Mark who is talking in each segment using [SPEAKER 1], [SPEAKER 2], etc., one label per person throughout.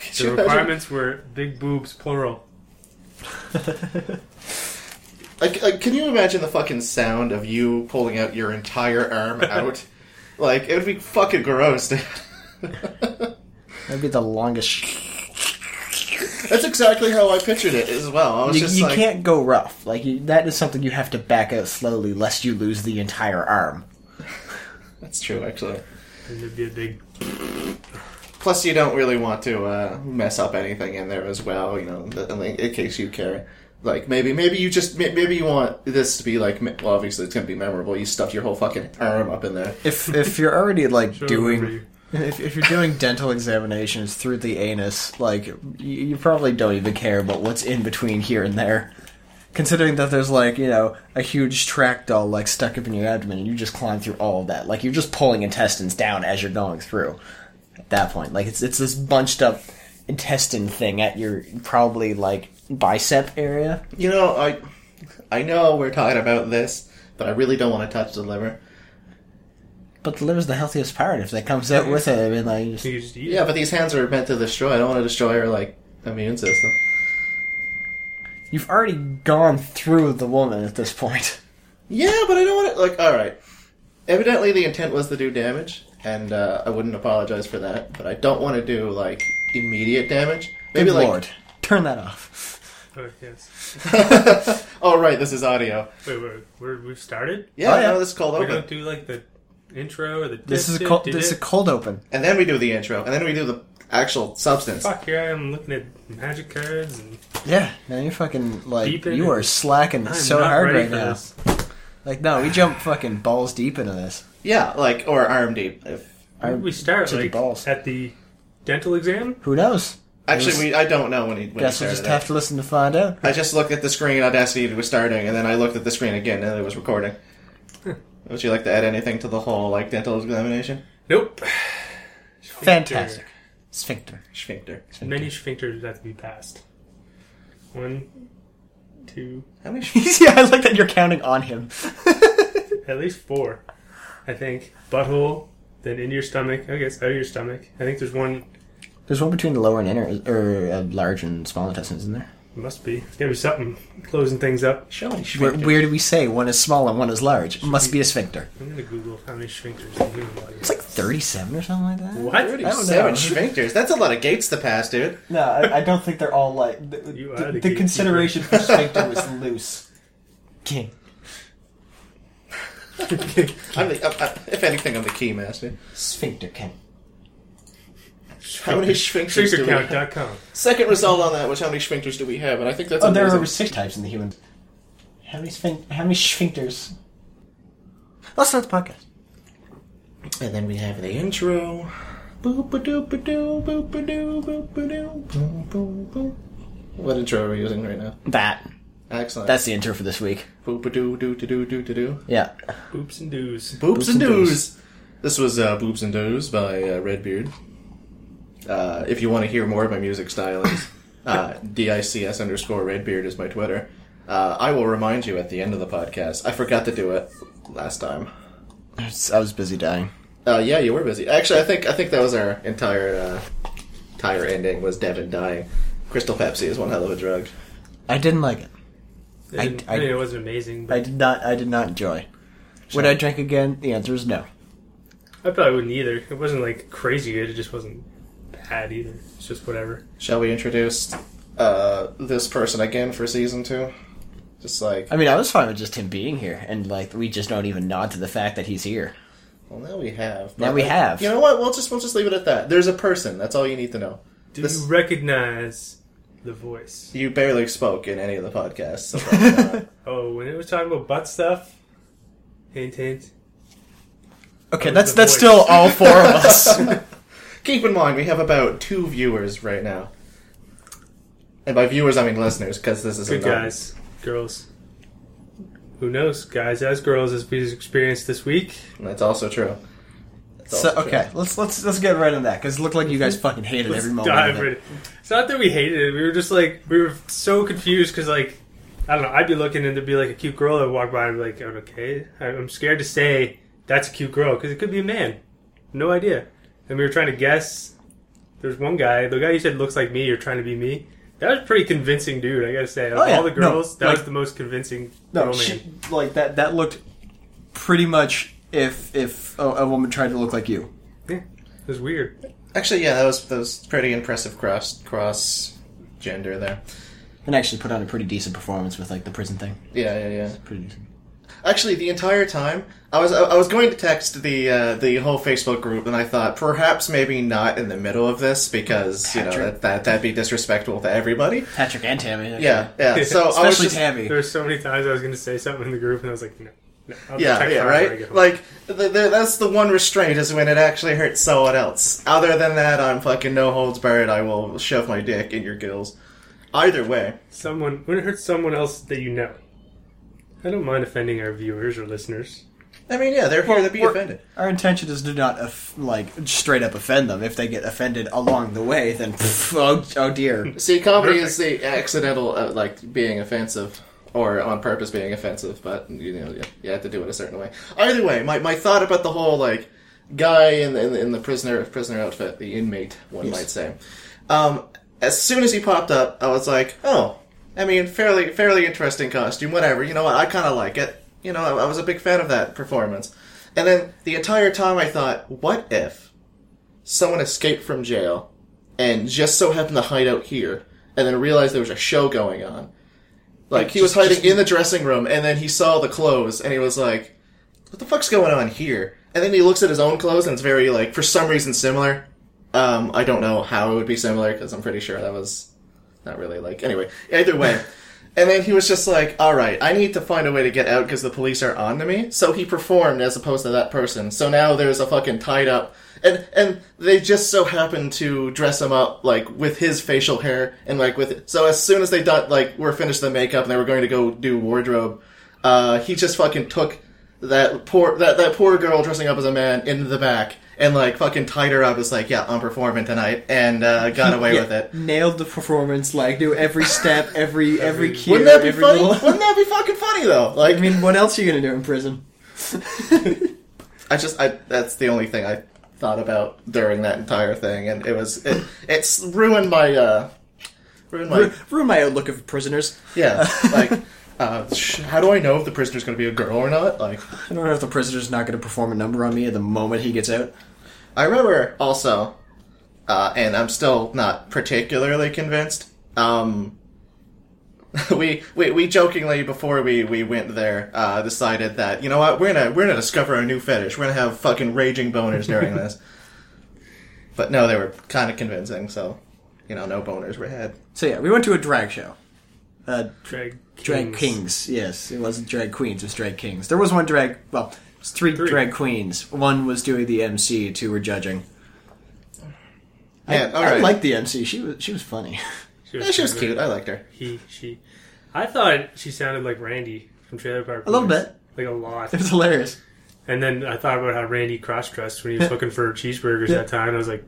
[SPEAKER 1] The requirements were big boobs, plural.
[SPEAKER 2] Like, like, can you imagine the fucking sound of you pulling out your entire arm out? like, it would be fucking gross. dude.
[SPEAKER 3] That'd be the longest.
[SPEAKER 2] That's exactly how I pictured it as well. I was
[SPEAKER 3] You,
[SPEAKER 2] just
[SPEAKER 3] you
[SPEAKER 2] like,
[SPEAKER 3] can't go rough. Like you, that is something you have to back out slowly, lest you lose the entire arm.
[SPEAKER 2] that's true, actually.
[SPEAKER 1] And there'd be a big.
[SPEAKER 2] Plus, you don't really want to uh, mess up anything in there as well, you know, th- like, in case you care. Like, maybe, maybe you just, may- maybe you want this to be like, me- well, obviously it's gonna be memorable. You stuffed your whole fucking arm up in there.
[SPEAKER 3] If if you're already like
[SPEAKER 1] Sure, remember
[SPEAKER 3] doing
[SPEAKER 1] you.
[SPEAKER 3] if, if you're doing dental examinations through the anus, like you, you probably don't even care about what's in between here and there. Considering that there's like you know a huge tractile like stuck up in your abdomen, and you just climb through all of that. Like you're just pulling intestines down as you're going through. At that point, like it's it's this bunched up intestine thing at your probably like bicep area.
[SPEAKER 2] You know, I, I know we're talking about this, but I really don't want to touch the liver.
[SPEAKER 3] But the liver's the healthiest part. If that comes out with it, I mean, like, you just-
[SPEAKER 1] You just eat it.
[SPEAKER 2] Yeah, but these hands are meant to destroy. I don't want to destroy her like immune system.
[SPEAKER 3] you've already gone through the woman at this point.
[SPEAKER 2] Yeah, but I don't want to. Like, all right. Evidently, the intent was to do damage, and uh, I wouldn't apologize for that. But I don't want to do like immediate damage. Maybe
[SPEAKER 3] Good
[SPEAKER 2] like,
[SPEAKER 3] lord, turn that off.
[SPEAKER 1] Oh, yes.
[SPEAKER 2] oh right, this is audio.
[SPEAKER 1] Wait, wait, we're, we've started?
[SPEAKER 2] Yeah,
[SPEAKER 3] Oh, yeah.
[SPEAKER 2] no, this is called
[SPEAKER 1] We don't
[SPEAKER 2] open,
[SPEAKER 1] do like the intro or the.
[SPEAKER 3] This
[SPEAKER 1] dip,
[SPEAKER 3] is a
[SPEAKER 1] dip,
[SPEAKER 3] cold,
[SPEAKER 1] dip,
[SPEAKER 3] this is a
[SPEAKER 1] dip?
[SPEAKER 3] cold open.
[SPEAKER 2] and then we do the intro, and then we do the actual substance.
[SPEAKER 1] Fuck, here I am looking at magic cards and.
[SPEAKER 3] Yeah, now you're fucking like
[SPEAKER 1] Beeping
[SPEAKER 3] you are
[SPEAKER 1] and-
[SPEAKER 3] slacking
[SPEAKER 1] I'm
[SPEAKER 3] so
[SPEAKER 1] not
[SPEAKER 3] hard
[SPEAKER 1] ready
[SPEAKER 3] right
[SPEAKER 1] for
[SPEAKER 3] now.
[SPEAKER 1] this.
[SPEAKER 3] Like no, we jump fucking balls deep into this.
[SPEAKER 2] Yeah, like or arm deep. If,
[SPEAKER 1] Where did we start?
[SPEAKER 3] to the
[SPEAKER 1] Like,
[SPEAKER 3] balls.
[SPEAKER 1] at the dental exam?
[SPEAKER 3] Who knows?
[SPEAKER 2] actually,
[SPEAKER 3] was-
[SPEAKER 2] we I don't know when he. When he
[SPEAKER 3] Guess we'll
[SPEAKER 2] started
[SPEAKER 3] just
[SPEAKER 2] it.
[SPEAKER 3] have to listen to find out.
[SPEAKER 2] I just looked at the screen Audacity it was starting, and then I looked at the screen again, and it was recording. Would you like to add anything to the whole like dental examination?
[SPEAKER 1] Nope.
[SPEAKER 3] Fantastic. Sphincter.
[SPEAKER 2] Sphincter.
[SPEAKER 1] Many sphincters have to be passed. One, two,
[SPEAKER 2] How many? sph-
[SPEAKER 3] yeah, I like that you're counting on him.
[SPEAKER 1] at least four, I think. Butthole, then into your stomach. I guess out of your stomach. I think there's one.
[SPEAKER 3] There's one between the lower and inner, or uh, large and small intestines, isn't there?
[SPEAKER 1] Must be. There's gotta be something closing things up.
[SPEAKER 2] Show me
[SPEAKER 3] Where,
[SPEAKER 2] sphincter.
[SPEAKER 3] where do we say one is small and one is large? Must be a sphincter.
[SPEAKER 1] I'm gonna Google how many sphincters in the human body.
[SPEAKER 3] It's like 37 or something like that.
[SPEAKER 1] what?
[SPEAKER 3] don't
[SPEAKER 2] Seven
[SPEAKER 3] know.
[SPEAKER 2] sphincters. That's a lot of gates to pass, dude.
[SPEAKER 3] No, I, I don't think they're all like. The,
[SPEAKER 1] You
[SPEAKER 3] the-
[SPEAKER 1] are the
[SPEAKER 3] the
[SPEAKER 1] gatekeeper.
[SPEAKER 3] consideration for sphincter was loose. King.
[SPEAKER 2] I'm the, I, I, if anything, I'm the key master.
[SPEAKER 3] Sphincter king.
[SPEAKER 2] How many sphincters do we have?
[SPEAKER 1] Sphinctercount.com.
[SPEAKER 2] Second result on that was how many sphincters do we have, and I think that's
[SPEAKER 3] Oh, there are
[SPEAKER 2] amazing.
[SPEAKER 3] over six types in the human. How many, sphin- how many sphincters? Let's start the podcast.
[SPEAKER 2] And then we have the intro. Boop-a-doop-a-doo, boop-a-doo, boop-a-doo, boom, boom, boom. What intro are we using right now?
[SPEAKER 3] That.
[SPEAKER 2] Excellent.
[SPEAKER 3] That's the intro for this week.
[SPEAKER 2] Boop-a-doo-doo-doo-doo-doo-doo.
[SPEAKER 3] Yeah.
[SPEAKER 1] Oops and doos.
[SPEAKER 2] Boobs and
[SPEAKER 3] and
[SPEAKER 2] Doos. This was uh, Boobs and Doos by uh, Redbeard. Uh, if you want to hear more of my music stylings, uh, DICS underscore Redbeard is my Twitter. Uh, I will remind you at the end of the podcast. I forgot to do it last time.
[SPEAKER 3] I was busy dying.
[SPEAKER 2] Uh, yeah, you were busy. Actually, I think I think that was our entire uh, entire ending was Devin dying. Crystal Pepsi is one hell of a drug.
[SPEAKER 3] I didn't like it.
[SPEAKER 1] I, didn't-
[SPEAKER 3] I-
[SPEAKER 1] I mean, it wasn't amazing,
[SPEAKER 3] I
[SPEAKER 1] but
[SPEAKER 3] did not. I did not enjoy. Would I drink again? The answer is no.
[SPEAKER 1] I probably wouldn't either. It wasn't like crazy good. It just wasn't bad either. It's just whatever.
[SPEAKER 2] Shall we introduce uh, this person again for season two? Just like
[SPEAKER 3] I mean, I was fine with just him being here, and like we just don't even nod to the fact that he's here.
[SPEAKER 2] Well, now we have.
[SPEAKER 3] Now we have.
[SPEAKER 2] You know what? We'll just we'll just leave it at that. There's a person. That's all you need to know.
[SPEAKER 1] Do
[SPEAKER 2] This-
[SPEAKER 1] you recognize the voice?
[SPEAKER 2] You barely spoke in any of the podcasts. So probably not.
[SPEAKER 1] Oh, when it was talking about butt stuff. Hint, hint.
[SPEAKER 3] Okay,
[SPEAKER 1] Oh,
[SPEAKER 3] that's
[SPEAKER 1] the
[SPEAKER 3] that's
[SPEAKER 1] voice.
[SPEAKER 3] still all four of us.
[SPEAKER 2] Keep in mind, we have about two viewers right now, and by viewers I mean listeners, because this is
[SPEAKER 1] Good
[SPEAKER 2] a non-
[SPEAKER 1] guys, girls. Who knows, guys as girls as we experienced this week.
[SPEAKER 2] That's also true. That's
[SPEAKER 3] so
[SPEAKER 2] also true.
[SPEAKER 3] okay, let's let's let's get right on that because it looked like you guys fucking hated
[SPEAKER 1] Let's
[SPEAKER 3] every moment.
[SPEAKER 1] dive
[SPEAKER 3] of it.
[SPEAKER 1] right in. It's not that we hated it. We were just like we were so confused because like I don't know. I'd be looking and there'd be like a cute girl that would walk by and be like, oh, okay. I- I'm scared to say that's a cute girl because it could be a man. No idea. And we were trying to guess. There's one guy, the guy you said looks like me, you're trying to be me. That was a pretty convincing, dude. I gotta say, of
[SPEAKER 3] Oh, yeah.
[SPEAKER 1] all the girls,
[SPEAKER 3] No,
[SPEAKER 1] that
[SPEAKER 3] like-
[SPEAKER 1] was the most convincing.
[SPEAKER 3] No,
[SPEAKER 1] girl man.
[SPEAKER 3] she, like that. That looked pretty much if if a, a woman tried to look like you.
[SPEAKER 1] Yeah, it was weird.
[SPEAKER 2] Actually, yeah, that was that was pretty impressive cross cross gender there.
[SPEAKER 3] And actually put on a pretty decent performance with like the prison thing.
[SPEAKER 2] Yeah, yeah, yeah.
[SPEAKER 3] Pretty decent.
[SPEAKER 2] Actually, the entire time I was I, I was going to text the uh, the whole Facebook group, and I thought perhaps maybe not in the middle of this because you know
[SPEAKER 3] Patrick.
[SPEAKER 2] that, that that'd be disrespectful to everybody.
[SPEAKER 3] Patrick and Tammy. actually.
[SPEAKER 2] Yeah, yeah. So I was
[SPEAKER 3] especially
[SPEAKER 2] just,
[SPEAKER 3] Tammy.
[SPEAKER 1] There were so many times I was gonna say something in the group, and I was like, no, no I'll
[SPEAKER 2] Yeah,
[SPEAKER 1] text
[SPEAKER 2] yeah,
[SPEAKER 1] her when I get
[SPEAKER 2] right.
[SPEAKER 1] home.
[SPEAKER 2] Like th th that's the one restraint is when it actually hurts someone else. Other than that, I'm fucking no holds barred. I will shove my dick in your gills. Either way,
[SPEAKER 1] someone when it hurts someone else that you know. I don't mind offending our viewers or listeners.
[SPEAKER 2] I mean, yeah, they're here to be
[SPEAKER 3] we're-
[SPEAKER 2] offended.
[SPEAKER 3] Our intention is to not off- like straight up offend them. If they get offended along the way, then pff, oh, oh dear.
[SPEAKER 2] See, comedy is the accidental, uh, like being offensive or on purpose being offensive, but you know, you, you have to do it a certain way. Either way, my, my thought about the whole like guy in the, in the, in the prisoner prisoner outfit, the inmate, one might say. Um, as soon as he popped up, I was like, oh, I mean, fairly fairly interesting costume, whatever. You know what? I kind of like it. You know, I, I was a big fan of that performance. And then the entire time, I thought, what if someone escaped from jail? and just so happened to hide out here, and then realized there was a show going on. Like he was hiding in the dressing room, and then he saw the clothes, and he was like, "What the fuck's going on here?" And then he looks at his own clothes, and it's very like for some reason similar. Um, I don't know how it would be similar because I'm pretty sure that was not really like anyway. Either way. And then he was just like, "All right, I need to find a way to get out because the police are on to me." So he performed as opposed to that person. So now there's a fucking tied up, and and they just so happened to dress him up like with his facial hair and like with. So as soon as they done like were finished the makeup and they were going to go do wardrobe, uh, he just fucking took that poor that that poor girl dressing up as a man into the back and like fucking tied her up. It's like, yeah, I'm performing tonight, and uh, got away with it.
[SPEAKER 3] Nailed the performance. Like knew every step, every every cue.
[SPEAKER 2] Wouldn't that be
[SPEAKER 3] every
[SPEAKER 2] funny?
[SPEAKER 3] little-
[SPEAKER 2] Wouldn't that be fucking funny though? Like.
[SPEAKER 3] I mean, what else are you gonna do in prison?
[SPEAKER 2] I just I that's the only thing I thought about during that entire thing, and it was it it's ruined my uh ruined my
[SPEAKER 3] Ru- ruin my outlook of prisoners.
[SPEAKER 2] yeah like uh sh- how do I know if the prisoner's gonna be a girl or not? Like
[SPEAKER 3] I don't know if the prisoner's not going to perform a number on me the moment he gets out.
[SPEAKER 2] I remember also, uh, and I'm still not particularly convinced. Um, we, we we jokingly before we, we went there uh, decided that you know what we're gonna we're gonna discover a new fetish. We're gonna have fucking raging boners during this. But no, they were kind of convincing, so you know, no boners were had.
[SPEAKER 3] So yeah, we went to a drag show. Uh,
[SPEAKER 1] Drag kings.
[SPEAKER 3] drag kings. Yes, it wasn't drag queens. It was drag kings. There was one drag. Well, it was three,
[SPEAKER 1] Three.
[SPEAKER 3] drag queens. One was doing the MC. Two were judging.
[SPEAKER 2] Yeah, all
[SPEAKER 3] I
[SPEAKER 2] right.
[SPEAKER 3] liked the MC. She was she was funny.
[SPEAKER 1] She
[SPEAKER 2] Yeah, she was cute. I liked her.
[SPEAKER 1] He, she. I thought she sounded like Randy from Trailer Park.
[SPEAKER 3] A little
[SPEAKER 1] Boys.
[SPEAKER 3] bit.
[SPEAKER 1] like a lot.
[SPEAKER 3] It was hilarious.
[SPEAKER 1] And then I thought about how Randy cross dressed when he was looking for cheeseburgers that time. I was like,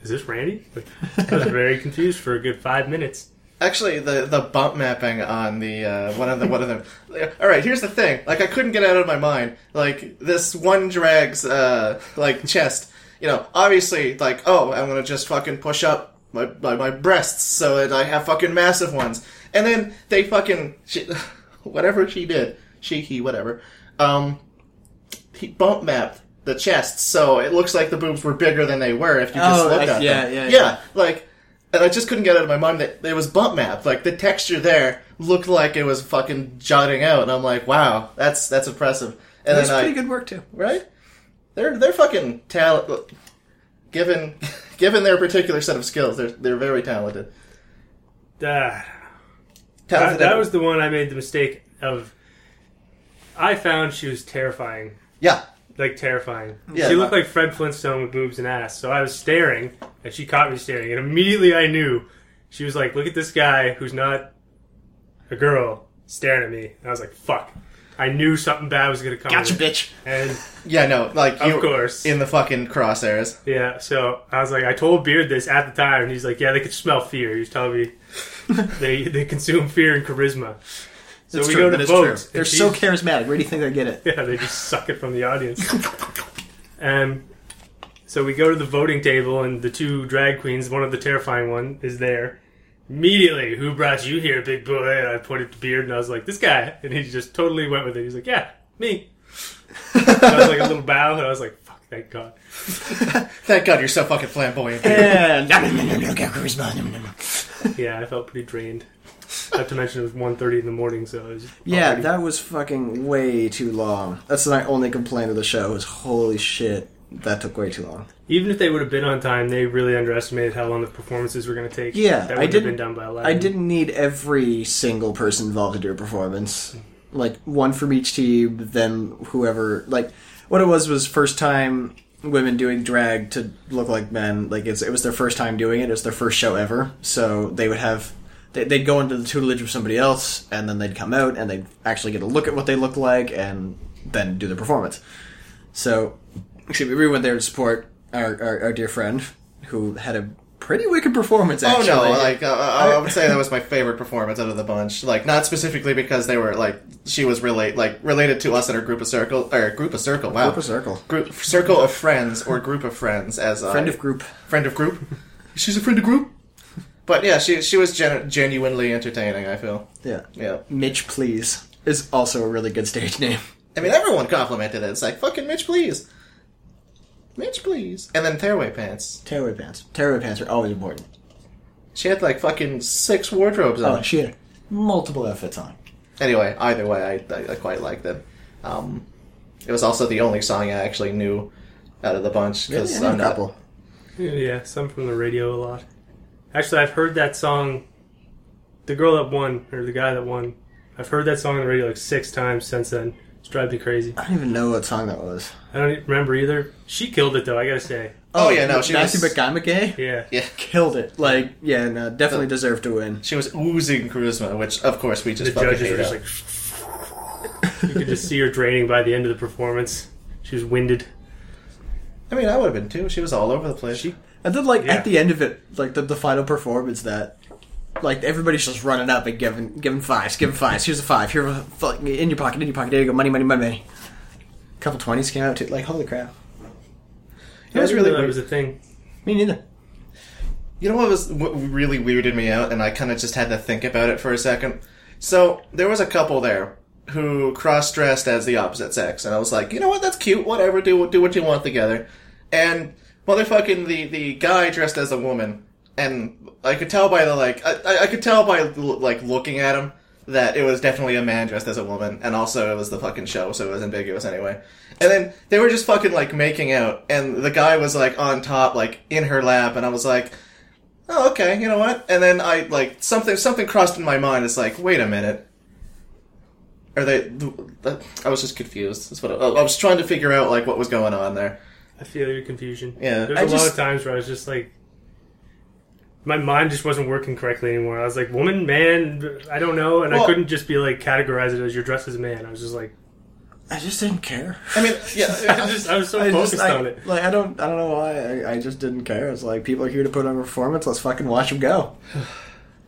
[SPEAKER 1] is this Randy? Like, I was very confused for a good five minutes.
[SPEAKER 2] Actually, the the bump mapping on the uh, one of the one of them. All right, here's the thing. Like, I couldn't get it out of my mind. Like this one drags uh, like chest. You know, obviously, like oh, I'm gonna just fucking push up my my, my breasts so that I have fucking massive ones. And then they fucking she, whatever she did, she he whatever. Um, he bump mapped the chest, so it looks like the boobs were bigger than they were if you just
[SPEAKER 3] Oh,
[SPEAKER 2] looked
[SPEAKER 3] I-
[SPEAKER 2] at
[SPEAKER 3] yeah,
[SPEAKER 2] them.
[SPEAKER 3] yeah, yeah.
[SPEAKER 2] yeah, like. And I just couldn't get it out of my mind that it was bump map. Like the texture there looked like it was fucking jutting out, and I'm like, wow, that's that's impressive. And
[SPEAKER 3] It was
[SPEAKER 2] then I
[SPEAKER 3] pretty good work too.
[SPEAKER 2] right, they're they're fucking talent. Given given their particular set of skills, they're they're very talented.
[SPEAKER 1] Ah. That,
[SPEAKER 2] Talented.
[SPEAKER 1] that was the one I made the mistake of. I found she was terrifying.
[SPEAKER 2] yeah.
[SPEAKER 1] Like, terrifying.
[SPEAKER 2] Yeah.
[SPEAKER 1] she looked like Fred Flintstone with boobs and ass. So I was staring, and she caught me staring, and immediately I knew. She was like, look at this guy who's not a girl staring at me. And I was like, fuck. I knew something bad was going to come.
[SPEAKER 3] Gotcha,
[SPEAKER 1] of it.
[SPEAKER 3] bitch.
[SPEAKER 1] And
[SPEAKER 2] Yeah, no, like
[SPEAKER 1] Of
[SPEAKER 2] you were
[SPEAKER 1] course.
[SPEAKER 2] in the fucking crosshairs.
[SPEAKER 1] Yeah, so I was like, I told Beard this at the time, and he's like, yeah, they could smell fear. He was telling me they they consume fear and charisma. So
[SPEAKER 3] It's
[SPEAKER 1] we
[SPEAKER 3] true,
[SPEAKER 1] go to
[SPEAKER 3] that is
[SPEAKER 1] vote.
[SPEAKER 3] true.
[SPEAKER 1] and
[SPEAKER 3] They're so
[SPEAKER 1] she's-
[SPEAKER 3] charismatic. Where do you think they get it?
[SPEAKER 1] yeah, they just suck it from the audience. and Um, So we go to the voting table, and the two drag queens, one of the terrifying one, is there. Immediately, who brought you here, big boy? And I pointed to Beard, and I was like, this guy. And he just totally went with it. He's like, yeah, me. And I was like a little bow, and I was like, fuck, thank God.
[SPEAKER 2] Thank God you're so fucking flamboyant.
[SPEAKER 3] And yeah,
[SPEAKER 1] Yeah, I felt pretty drained. Not to mention it was 1.30 in the morning, so I was already-
[SPEAKER 3] that was fucking way too long. That's my only complaint of the show. Is holy shit, that took way too long.
[SPEAKER 1] even if they would have been on time, they really underestimated how long the performances were going to take.
[SPEAKER 3] Yeah,
[SPEAKER 1] that would
[SPEAKER 3] I
[SPEAKER 1] have been
[SPEAKER 3] didn't-
[SPEAKER 1] done by 11.
[SPEAKER 3] I didn't need every single person involved to do a performance. Like one from each team, then whoever. Like what it was was first time women doing drag to look like men. Like it's, it was their first time doing it. It was their first show ever. So they would have. they- They'd go into the tutelage of somebody else, and then they'd come out, and they'd actually get a look at what they look like, and then do the performance. So, excuse me, we went there to support our, our, our dear friend who had a pretty wicked performance.
[SPEAKER 2] Oh
[SPEAKER 3] Actually,
[SPEAKER 2] no! Like uh, I I would say that was my favorite performance out of the bunch. Like not specifically because they were like she was relate like related to us in her group of circle or group of circle. Wow,
[SPEAKER 3] Group of circle.
[SPEAKER 2] group circle of friends or group of friends as I-
[SPEAKER 3] Friend of group.
[SPEAKER 2] friend of group. She's a friend of group. But yeah, she she was gen- genuinely entertaining. I feel.
[SPEAKER 3] Yeah.
[SPEAKER 2] Yeah.
[SPEAKER 3] Mitch, please, is also a really good stage name.
[SPEAKER 2] I mean, everyone complimented it. It's like fucking Mitch, please. Mitch, please. And then tearaway pants.
[SPEAKER 3] Tearaway pants. Tearaway pants are always important.
[SPEAKER 2] She had like fucking six wardrobes on.
[SPEAKER 3] Oh, she had multiple outfits on.
[SPEAKER 2] anyway, either way, I, I, I quite liked it. Um, it was also the only song I actually knew out of the bunch
[SPEAKER 3] Yeah,
[SPEAKER 2] because
[SPEAKER 3] yeah,
[SPEAKER 2] I'm
[SPEAKER 3] a couple.
[SPEAKER 2] not.
[SPEAKER 1] Yeah, some from the radio a lot. Actually, I've heard that song. The girl that won, or the guy that won, I've heard that song on the radio like six times since then. It's driving me crazy.
[SPEAKER 3] I don't even know what song that was.
[SPEAKER 1] I don't even remember either. She killed it though. I gotta say.
[SPEAKER 2] Oh, yeah, no, she
[SPEAKER 3] Matthew
[SPEAKER 2] was-
[SPEAKER 3] McConaughey Oh.
[SPEAKER 1] Yeah.
[SPEAKER 2] Yeah,
[SPEAKER 3] killed it. Like, yeah, no, definitely deserved to win.
[SPEAKER 2] she was oozing charisma, which of course we just
[SPEAKER 1] The
[SPEAKER 2] fucking
[SPEAKER 1] judges
[SPEAKER 2] hate.
[SPEAKER 1] were
[SPEAKER 2] Just
[SPEAKER 1] just like. you could just see her draining by the end of the performance. She was winded.
[SPEAKER 2] I mean, I would have been too. She was all over the place. She,
[SPEAKER 3] And then, like
[SPEAKER 1] Yeah.
[SPEAKER 3] at the end of it, like the, the final performance, that like everybody's just running up and giving giving fives, giving fives. Here's a five. Here, a fuck, in your pocket, in your pocket. There you go, money, money, money, money. A couple twenties came out too. Like, holy crap.
[SPEAKER 1] It
[SPEAKER 2] was really
[SPEAKER 1] that
[SPEAKER 2] weird.
[SPEAKER 1] was a thing.
[SPEAKER 3] Me neither.
[SPEAKER 2] you know what was what really weirded me out, and I kind of just had to think about it for a second. So there was a couple there who cross-dressed as the opposite sex, and I was like, you know what, that's cute. Whatever, do do what you want together. And motherfucking the the guy dressed as a woman, and I could tell by the like I- I, I could tell by like looking at him that it was definitely a man dressed as a woman, and also it was the fucking show, so it was ambiguous anyway. And then they were just fucking like making out, and the guy was like on top, like in her lap, and I was like oh okay you know what and then i like something something crossed in my mind it's like wait a minute are they th- th- i was just confused that's what I, I was trying to figure out like what was going on there
[SPEAKER 1] I feel your confusion.
[SPEAKER 2] Yeah.
[SPEAKER 1] there's
[SPEAKER 2] I
[SPEAKER 1] a lot
[SPEAKER 2] just-
[SPEAKER 1] of times where I was just like, my mind just wasn't working correctly anymore. I was like, woman, man, I don't know, and I
[SPEAKER 2] Well-
[SPEAKER 1] couldn't just be like categorize it as you're dressed as a man. I was just like,
[SPEAKER 3] I just didn't care.
[SPEAKER 2] i mean
[SPEAKER 1] I,
[SPEAKER 2] yeah
[SPEAKER 1] was just, I was so
[SPEAKER 3] I
[SPEAKER 1] focused
[SPEAKER 3] just, I,
[SPEAKER 1] on it.
[SPEAKER 3] like, I don't, I don't know why. I, I just didn't care. It's like people are here to put on a performance. Let's fucking watch them go.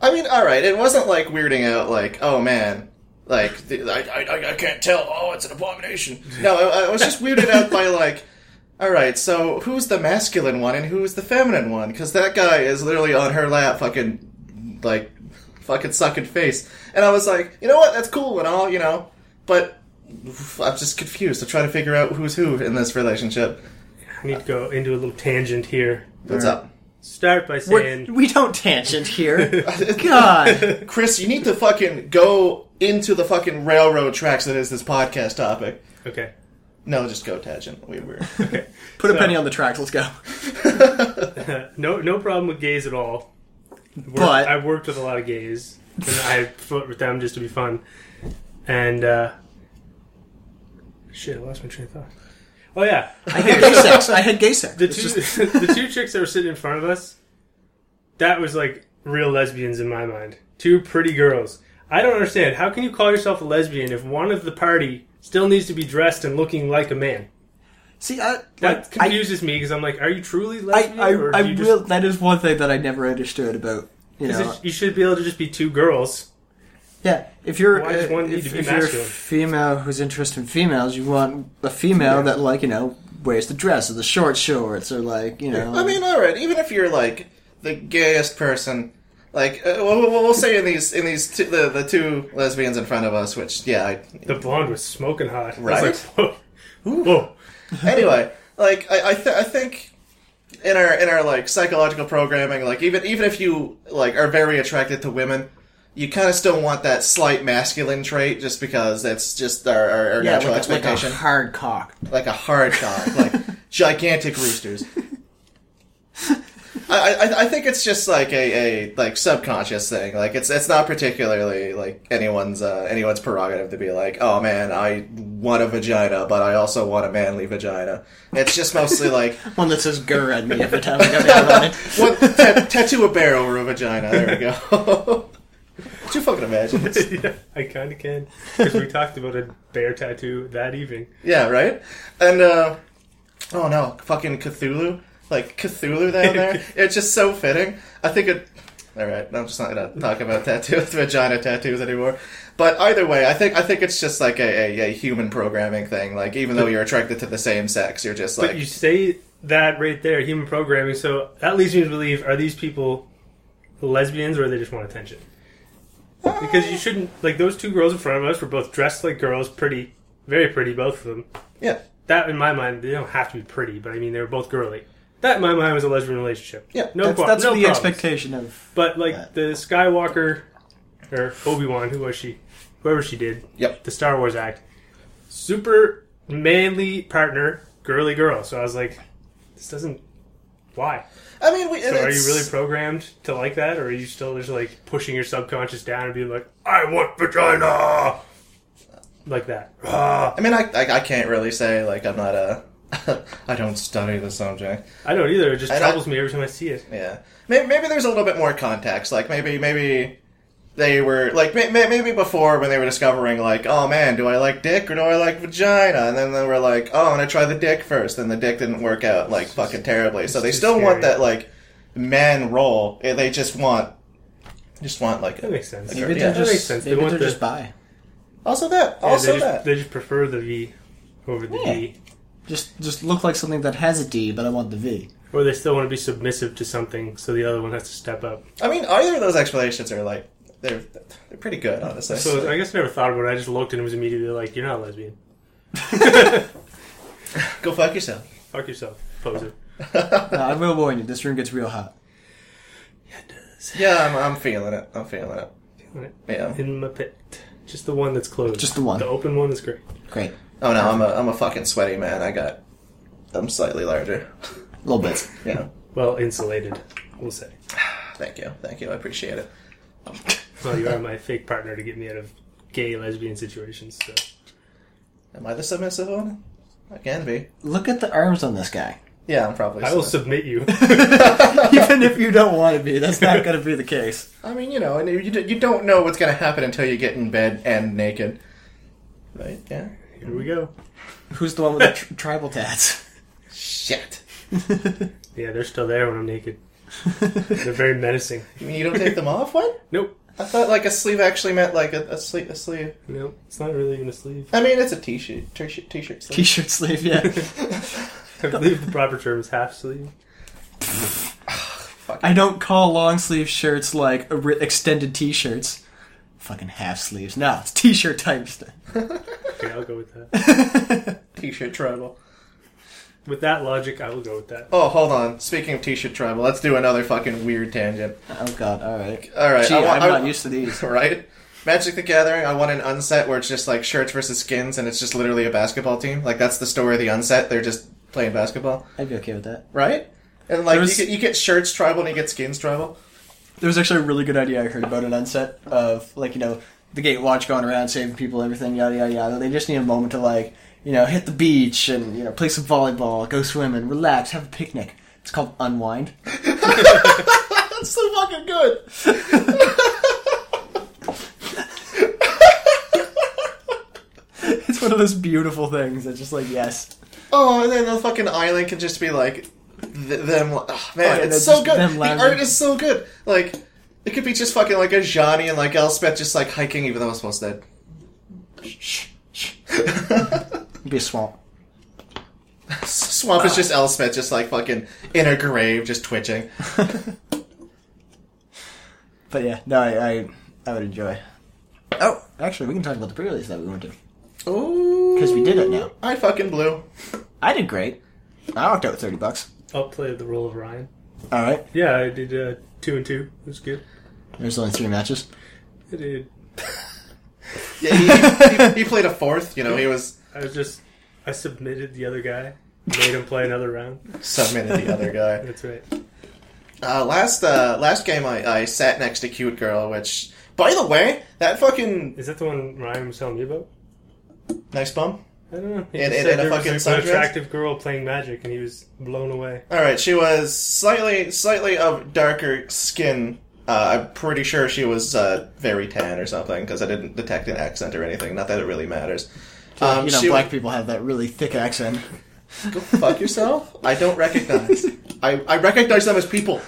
[SPEAKER 2] i mean all right it wasn't like weirding out like oh man like the, I, I, I can't tell oh it's an abomination no I, I was just weirded out by like all right so who's the masculine one and who's the feminine one because that guy is literally on her lap fucking like fucking sucking face. And I was like, you know what, that's cool and all, you know, but I'm just confused. I'm trying to figure out who's who in this relationship.
[SPEAKER 1] I need to go into a little tangent here.
[SPEAKER 2] What's
[SPEAKER 3] All
[SPEAKER 2] up?
[SPEAKER 1] Start by
[SPEAKER 3] We're,
[SPEAKER 1] saying
[SPEAKER 3] we don't tangent here. God,
[SPEAKER 2] Chris, you need to fucking go into the fucking railroad tracks that is this podcast topic.
[SPEAKER 1] okay.
[SPEAKER 2] No, just go tangent. We were.
[SPEAKER 3] put a penny on the tracks. Let's go.
[SPEAKER 1] No, no problem with gays at all. Worked-
[SPEAKER 3] But-
[SPEAKER 1] I've worked with a lot of gays, and I flirt with them just to be fun. And uh, shit, I lost my train of thought. Oh yeah,
[SPEAKER 3] I had gay sex. I had gay sex.
[SPEAKER 1] the
[SPEAKER 3] It's
[SPEAKER 1] two
[SPEAKER 3] just-
[SPEAKER 1] the two chicks that were sitting in front of us, that was like real lesbians in my mind. Two pretty girls. I don't understand. How can you call yourself a lesbian if one of the party still needs to be dressed and looking like a man?
[SPEAKER 3] see, I,
[SPEAKER 1] That
[SPEAKER 3] like, I,
[SPEAKER 1] confuses me because I'm like, are you truly
[SPEAKER 3] I,
[SPEAKER 1] lesbian?
[SPEAKER 3] I,
[SPEAKER 1] or
[SPEAKER 3] I
[SPEAKER 1] do you just-
[SPEAKER 3] will. That is one thing that I never understood about you
[SPEAKER 1] is
[SPEAKER 3] know.
[SPEAKER 1] it- you should be able to just be two girls.
[SPEAKER 3] yeah, if you're
[SPEAKER 1] Why does
[SPEAKER 3] uh,
[SPEAKER 1] one need
[SPEAKER 3] if,
[SPEAKER 1] to be
[SPEAKER 3] if you're a
[SPEAKER 1] masculine?
[SPEAKER 3] female who's interested in females, you want a female that like you know wears the dress or the short shorts or like you know.
[SPEAKER 2] I mean, all right. Even if you're like the gayest person, like uh, we'll, we'll we'll say in these in these two, the the two lesbians in front of us, which yeah, I,
[SPEAKER 1] The blonde was smoking hot. I
[SPEAKER 2] Right.
[SPEAKER 1] was like, whoa. whoa.
[SPEAKER 2] anyway, like I I, th- I think in our in our like psychological programming, like even even if you like are very attracted to women, you kind of still want that slight masculine trait just because that's just our, our, our
[SPEAKER 3] yeah,
[SPEAKER 2] natural
[SPEAKER 3] like, a- like a
[SPEAKER 2] expectation,
[SPEAKER 3] hard cock.
[SPEAKER 2] like a hard cock, like gigantic roosters. I, I, I think it's just like a, a like subconscious thing. Like it's it's not particularly like anyone's uh, anyone's prerogative to be like, oh man, I want a vagina, but I also want a manly vagina. It's just mostly like
[SPEAKER 3] One that says "gur" on me every time I go down on it.
[SPEAKER 2] what ta- tattoo a bear over a vagina. There we go. Could you fucking imagine? It's-
[SPEAKER 1] yeah, I kind of can. Because we talked about a bear tattoo that evening.
[SPEAKER 2] yeah, right. And uh, oh no, fucking Cthulhu, like Cthulhu down there. it's just so fitting. I think it. All right, I'm just not gonna talk about tattoos, vagina tattoos anymore. But either way, I think I think it's just like a, a, a human programming thing. Like even though you're attracted to the same sex, you're just like
[SPEAKER 1] But you say that right there, human programming. So that leads me to believe: are these people lesbians, or they just want attention? Because you shouldn't like those two girls in front of us were both dressed like girls, pretty, very pretty, both of them.
[SPEAKER 2] yeah,
[SPEAKER 1] That in my mind, they don't have to be pretty, but I mean they were both girly. That in my mind was a lesbian relationship.
[SPEAKER 2] Yeah,
[SPEAKER 1] no,
[SPEAKER 3] that's
[SPEAKER 1] pro-
[SPEAKER 3] that's
[SPEAKER 1] no
[SPEAKER 3] the
[SPEAKER 1] problems.
[SPEAKER 3] expectation of.
[SPEAKER 1] But like
[SPEAKER 2] That.
[SPEAKER 1] the Skywalker or Obi Wan, who was she? Whoever she did.
[SPEAKER 2] Yep.
[SPEAKER 1] The Star Wars act. Super manly partner, girly girl. So I was like, this doesn't. Why?
[SPEAKER 2] I mean, we,
[SPEAKER 1] So are you really programmed to like that, or are you still just like pushing your subconscious down and being like, I want vagina, like that? Ah.
[SPEAKER 2] I mean, I, I I can't really say like I'm not a. I don't study the subject.
[SPEAKER 1] I don't either. It just
[SPEAKER 2] I- I-
[SPEAKER 1] troubles me every time I see it.
[SPEAKER 2] Yeah, maybe, maybe there's a little bit more context. Like maybe maybe they were like may, may- maybe before when they were discovering like oh man, do I like dick or do I like vagina? And then they were like oh, I'm gonna try the dick first, and the dick didn't work out like fucking terribly. So they
[SPEAKER 1] too
[SPEAKER 2] still want
[SPEAKER 1] scary.
[SPEAKER 2] that like man role. Eh, They just want just want like
[SPEAKER 1] That makes sense.
[SPEAKER 2] Maybe
[SPEAKER 1] Yeah,
[SPEAKER 2] they're Yeah,
[SPEAKER 1] that makes sense. They
[SPEAKER 3] maybe
[SPEAKER 1] want
[SPEAKER 3] they're
[SPEAKER 1] the,
[SPEAKER 3] just bi.
[SPEAKER 2] also that
[SPEAKER 1] yeah,
[SPEAKER 2] also
[SPEAKER 1] they, just,
[SPEAKER 2] that.
[SPEAKER 1] they just prefer the V over the
[SPEAKER 3] Yeah.
[SPEAKER 1] D.
[SPEAKER 3] Just just look like something that has a D, but I want the V.
[SPEAKER 1] Or they still want to be submissive to something, so the other one has to step up.
[SPEAKER 2] I mean, either of those explanations are like they're they're pretty good honestly.
[SPEAKER 1] So I guess I never thought about it. I just looked and was immediately like, "You're not a lesbian.
[SPEAKER 2] Go fuck yourself.
[SPEAKER 1] Fuck yourself, poser."
[SPEAKER 3] Uh, I will warn you, this room gets real hot.
[SPEAKER 2] Yeah, I'm, I'm feeling it. I'm feeling it. Yeah.
[SPEAKER 1] In my pit, just the one that's closed.
[SPEAKER 3] Just the one.
[SPEAKER 1] The open one is great.
[SPEAKER 3] Great,
[SPEAKER 2] Oh no, I'm a I'm a fucking sweaty man. I got I'm slightly larger.
[SPEAKER 3] little bit.
[SPEAKER 2] Yeah.
[SPEAKER 1] Well, insulated, we'll say.
[SPEAKER 2] Thank you. Thank you. I appreciate it.
[SPEAKER 1] Well, you are my fake partner to get me out of gay lesbian situations. So.
[SPEAKER 2] Am I the submissive one? I can be.
[SPEAKER 3] Look at the arms on this guy.
[SPEAKER 2] Yeah, I'm probably.
[SPEAKER 1] I will
[SPEAKER 2] submissive.
[SPEAKER 1] submit you.
[SPEAKER 3] Even if you don't want to be, that's not going to be the case.
[SPEAKER 2] I mean, you know, and you d- you don't know what's gonna happen until you get in bed and naked. Right? Yeah.
[SPEAKER 1] Here we go.
[SPEAKER 3] Who's the one with the tr- tribal tats?
[SPEAKER 2] Shit.
[SPEAKER 1] Yeah, they're still there when I'm naked. They're very menacing.
[SPEAKER 2] You mean you don't take them off? What?
[SPEAKER 1] Nope.
[SPEAKER 2] I thought like a sleeve actually meant like a, a sleeve. A sleeve.
[SPEAKER 1] Nope. It's not really even a sleeve.
[SPEAKER 2] I mean, it's a t-shirt. T-shirt. T-shirt. Sleeve.
[SPEAKER 3] T-shirt sleeve, yeah.
[SPEAKER 1] I believe the proper term is half sleeve.
[SPEAKER 3] I don't call long sleeve shirts like a ri- extended T-shirts. Fucking half sleeves. No, it's T-shirt type stuff.
[SPEAKER 1] Okay, I'll go with that.
[SPEAKER 2] T-shirt tribal.
[SPEAKER 1] With that logic, I will go with that.
[SPEAKER 2] Oh, hold on. Speaking of t-shirt tribal, let's do another fucking weird tangent.
[SPEAKER 3] Oh god. All right.
[SPEAKER 2] All right.
[SPEAKER 3] Gee,
[SPEAKER 2] I wa-
[SPEAKER 3] I'm
[SPEAKER 2] I-
[SPEAKER 3] not used to these.
[SPEAKER 2] right? Magic the Gathering, I want an unset where it's just like shirts versus skins and it's just literally a basketball team. Like that's the story of the unset. They're just playing basketball,
[SPEAKER 3] I'd be okay with that.
[SPEAKER 2] right? And like
[SPEAKER 3] There's-
[SPEAKER 2] you, get, you get shirts tribal and you get skins tribal.
[SPEAKER 3] There was actually a really good idea I heard about an unset of like you know the Gatewatch going around saving people, everything, yada yada yada. They just need a moment to like you know hit the beach and you know play some volleyball, go swimming, relax, have a picnic. It's called unwind.
[SPEAKER 2] That's so fucking good.
[SPEAKER 3] It's one of those beautiful things that's just like yes,
[SPEAKER 2] Oh, and then the fucking island can just be like th- them. Oh, man,
[SPEAKER 3] yeah,
[SPEAKER 2] it's
[SPEAKER 3] that's
[SPEAKER 2] so
[SPEAKER 3] just
[SPEAKER 2] good.
[SPEAKER 3] them
[SPEAKER 2] The
[SPEAKER 3] lounging.
[SPEAKER 2] art is so good. Like it could be just fucking like a Johnny and like Elspeth just like hiking, even though it's almost dead.
[SPEAKER 3] It'd be a swamp.
[SPEAKER 2] Swamp is just Elspeth, just like fucking in her grave, just twitching.
[SPEAKER 3] But yeah, no, I, I I would enjoy. Oh, actually, we can talk about the pre-release that we went to.
[SPEAKER 2] Ooh.
[SPEAKER 3] 'Cause we did it now.
[SPEAKER 2] I fucking blew.
[SPEAKER 3] I did great. I walked out with thirty bucks.
[SPEAKER 1] I'll play the role of Ryan.
[SPEAKER 3] All right.
[SPEAKER 1] Yeah, I did uh, two and two. It was good.
[SPEAKER 3] There's only three matches.
[SPEAKER 1] I did.
[SPEAKER 2] Yeah, he, he, he played a fourth, you know, he was
[SPEAKER 1] I was just. I submitted the other guy. Made him play another round.
[SPEAKER 2] submitted the other guy.
[SPEAKER 1] That's right.
[SPEAKER 2] Uh, last uh, last game, I, I sat next to Cute Girl, which, by the way, that fucking
[SPEAKER 1] Is that the one Ryan was telling me about?
[SPEAKER 2] nice bum.
[SPEAKER 1] I don't know. He
[SPEAKER 2] In-
[SPEAKER 1] just
[SPEAKER 2] in-
[SPEAKER 1] said
[SPEAKER 2] in a
[SPEAKER 1] there was
[SPEAKER 2] fucking
[SPEAKER 1] an
[SPEAKER 2] sundress?
[SPEAKER 1] attractive girl playing magic, and he was blown away.
[SPEAKER 2] All right, she was slightly slightly of darker skin. Uh, I'm pretty sure she was uh, very tan or something because I didn't detect an accent or anything. Not that it really matters. Um,
[SPEAKER 3] you know,
[SPEAKER 2] she
[SPEAKER 3] black
[SPEAKER 2] was-
[SPEAKER 3] people have that really thick accent.
[SPEAKER 2] Go fuck yourself. I don't recognize. I, I recognize them as people,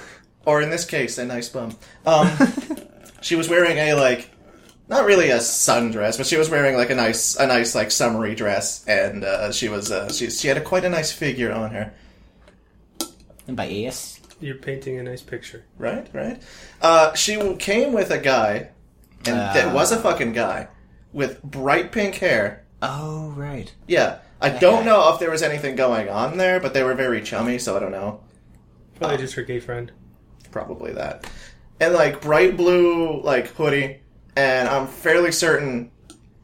[SPEAKER 2] or in this case, a nice bum. Um, she was wearing a like, not really a sundress, but she was wearing like a nice, a nice like summery dress, and uh, she was uh, she she had a quite a nice figure on her.
[SPEAKER 3] And by AS.
[SPEAKER 1] You're painting a nice picture.
[SPEAKER 2] Right, right. Uh, she w- came with a guy, and that was a fucking guy with bright pink hair.
[SPEAKER 3] Oh right.
[SPEAKER 2] Yeah, I
[SPEAKER 3] guy.
[SPEAKER 2] don't know if there was anything going on there, but they were very chummy, so I don't know.
[SPEAKER 1] Probably just her gay friend.
[SPEAKER 2] probably that. And like bright blue like hoodie, and I'm fairly certain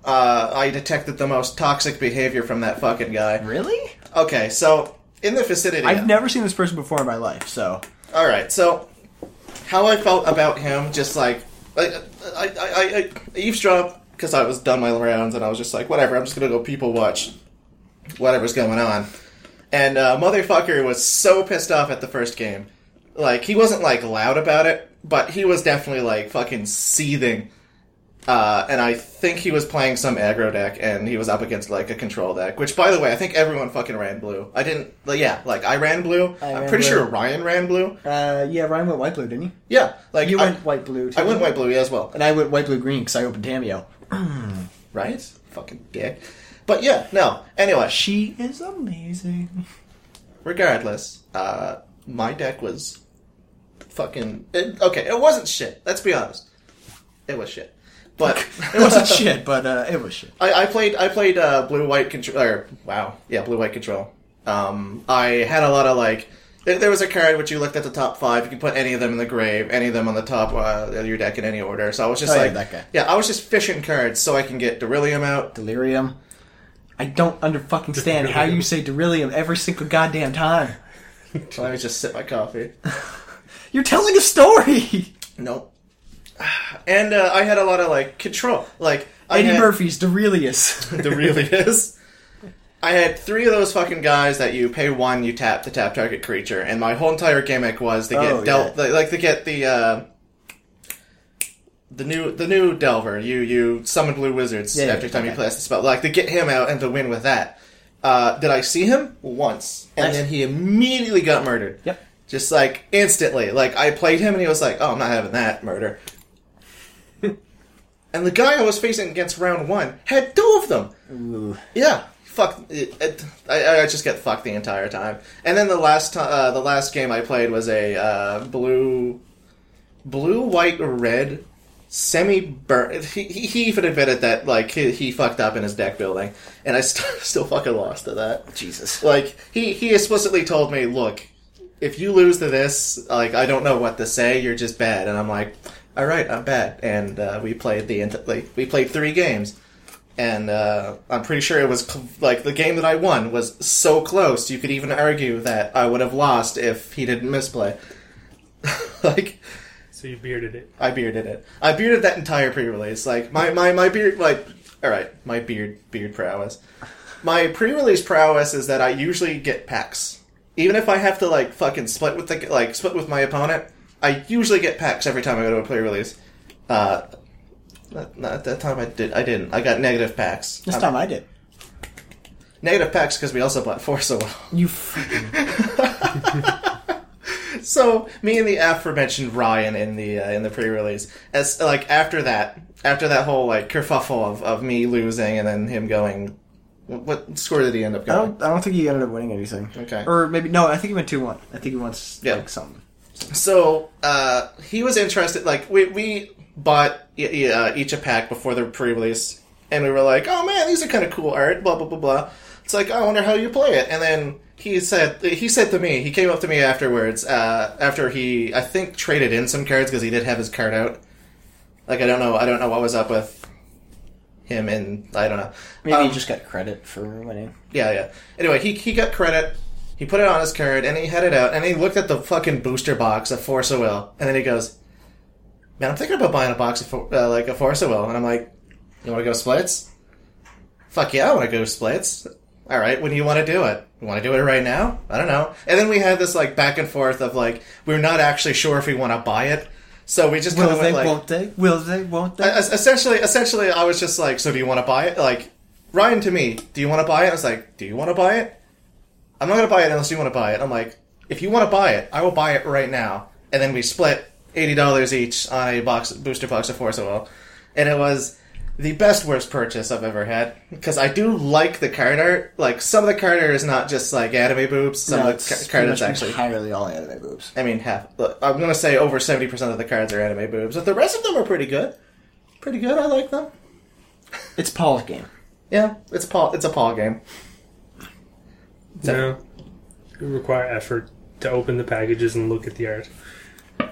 [SPEAKER 2] uh, I detected the most toxic behavior from that fucking guy.
[SPEAKER 3] Really?
[SPEAKER 2] Okay, so in the vicinity.
[SPEAKER 3] I've never seen this person before in my life, so
[SPEAKER 2] All right, so how I felt about him, just like I, I, I, I eavesdrop because I was done my rounds and I was just like, whatever, I'm just gonna go people watch whatever's going on. And uh, motherfucker was so pissed off at the first game, like he wasn't like loud about it, but he was definitely like fucking seething. Uh, and I think he was playing some aggro deck, and he was up against like a control deck. Which, by the way, I think everyone fucking ran blue. I didn't, like, yeah, like I ran blue.
[SPEAKER 3] I
[SPEAKER 2] I am
[SPEAKER 3] ran
[SPEAKER 2] pretty
[SPEAKER 3] blue.
[SPEAKER 2] sure Ryan ran blue.
[SPEAKER 3] uh, yeah, Ryan went white blue, didn't you?
[SPEAKER 2] Yeah, like
[SPEAKER 3] Uh, You
[SPEAKER 2] I-
[SPEAKER 3] went white blue. Too.
[SPEAKER 2] I went white blue as well.
[SPEAKER 3] and I went white blue green because I opened Tamio.
[SPEAKER 2] Right? Fucking dick. But yeah, no. Anyway,
[SPEAKER 3] She is amazing.
[SPEAKER 2] regardless, uh, my deck was fucking it, okay. It wasn't shit. Let's be honest. It was shit. But
[SPEAKER 3] It wasn't shit, but uh, it was shit.
[SPEAKER 2] I, I played I played uh, blue white control. Or wow, yeah, blue white control. Um, I had a lot of like. There there was a card which you looked at the top five. You can put any of them in the grave, any of them on the top uh, of your deck in any order. So I was just
[SPEAKER 3] Oh, yeah,
[SPEAKER 2] like,
[SPEAKER 3] that guy.
[SPEAKER 2] yeah, I was just fishing cards so I can get Delirium out,
[SPEAKER 3] Delirium. I don't under fucking stand how you say delirium every single goddamn time.
[SPEAKER 2] So let me just sip my coffee.
[SPEAKER 3] You're telling a story.
[SPEAKER 2] Nope. And uh, I had a lot of like control. Like I
[SPEAKER 3] Eddie
[SPEAKER 2] had,
[SPEAKER 3] Murphy's Delirious.
[SPEAKER 2] the really is. I had three of those fucking guys that you pay one, you tap the tap target creature, and my whole entire gimmick was to get
[SPEAKER 3] Oh,
[SPEAKER 2] dealt
[SPEAKER 3] yeah.
[SPEAKER 2] like to get the uh, the new the new Delver. You you summon blue wizards
[SPEAKER 3] Yeah, yeah,
[SPEAKER 2] every time you
[SPEAKER 3] okay.
[SPEAKER 2] cast the spell, like to get him out and to win with that. Uh, did I see him once, and
[SPEAKER 3] Nice.
[SPEAKER 2] then he immediately got murdered.
[SPEAKER 3] Yep.
[SPEAKER 2] Just like instantly, like I played him and he was like, "Oh, I'm not having that murder." and the guy I was facing against round one had two of them.
[SPEAKER 3] Ooh.
[SPEAKER 2] Yeah, fuck. It, it, I, I just get fucked the entire time. And then the last time, uh, the last game I played was a uh, blue, blue, white, or red, semi burn. He, he he even admitted that like he, he fucked up in his deck building, and I st- still fucking lost to that.
[SPEAKER 3] Jesus.
[SPEAKER 2] Like he he explicitly told me, look, if you lose to this, like I don't know what to say. You're just bad, and I'm like, all right, I'm bad. And uh, we played the int- like we played three games, and uh, I'm pretty sure it was cl- like the game that I won was so close. You could even argue that I would have lost if he didn't misplay. like
[SPEAKER 1] So you bearded it.
[SPEAKER 2] I bearded it. I bearded that entire pre-release. Like my my my beard. Like all right, my beard beard prowess. My pre-release prowess is that I usually get packs. Even if I have to like fucking split with the like split with my opponent, I usually get packs every time I go to a pre-release. Uh, not, not that time I did. I didn't. I got negative packs.
[SPEAKER 3] This
[SPEAKER 2] Um,
[SPEAKER 3] time I did.
[SPEAKER 2] negative packs because we also bought four so well.
[SPEAKER 3] You freaking.
[SPEAKER 2] So me and the aforementioned Ryan in the uh, in the pre-release, as like after that, after that whole like kerfuffle of, of me losing and then him going What, what score did he end up
[SPEAKER 3] I
[SPEAKER 2] getting?
[SPEAKER 3] don't. I don't think he ended up winning anything.
[SPEAKER 2] Okay.
[SPEAKER 3] Or maybe no. I think he went two one. I think he wants
[SPEAKER 2] Yeah.
[SPEAKER 3] like something.
[SPEAKER 2] So uh, he was interested. Like we we bought y- y- uh, each a pack before the pre-release, and we were like, "Oh man, these are kind of cool art." Blah blah blah blah. It's like, "I wonder how you play it." And then he said he said to me, he came up to me afterwards uh, after he I think traded in some cards because he did have his card out. Like I don't know I don't know what was up with him and I don't know.
[SPEAKER 3] Maybe
[SPEAKER 2] Um,
[SPEAKER 3] he just got credit for winning.
[SPEAKER 2] yeah, yeah. Anyway, he, he got credit. He put it on his card and he had it out and he looked at the fucking booster box of Force of Will and then he goes, "Man, I'm thinking about buying a box of For- uh, like a Force of Will." And I'm like, "You want to go splits? Fuck yeah, I want to go splits. All right, when do you want to do it? You want to do it right now? I don't know." And then we had this like back and forth of like we're not actually sure if we want to buy it, so we just kind
[SPEAKER 3] Will
[SPEAKER 2] of went
[SPEAKER 3] they?
[SPEAKER 2] like,
[SPEAKER 3] won't they? Will they? Won't they?
[SPEAKER 2] Es- essentially, essentially, I was just like, so do you want to buy it? Like, Ryan to me, do you want to buy it? I was like, do you want to buy it? I'm not gonna buy it unless you want to buy it. I'm like, if you want to buy it, I will buy it right now. And then we split eighty dollars each on a box booster box of Force of Will, and it was the best worst purchase I've ever had because I do like the card art. Like some of the card art is not just like anime boobs. Some
[SPEAKER 3] no,
[SPEAKER 2] of
[SPEAKER 3] it's
[SPEAKER 2] the ca-
[SPEAKER 3] pretty
[SPEAKER 2] card art's
[SPEAKER 3] much
[SPEAKER 2] actually
[SPEAKER 3] entirely all anime boobs.
[SPEAKER 2] I mean, half. look, I'm gonna say over seventy percent of the cards are anime boobs, but the rest of them are pretty good. Pretty good. I like them.
[SPEAKER 3] It's Paul's game.
[SPEAKER 2] Yeah, it's Paul. It's a Paul game. So-
[SPEAKER 1] No. It would require effort to open the packages and look at the art.
[SPEAKER 2] I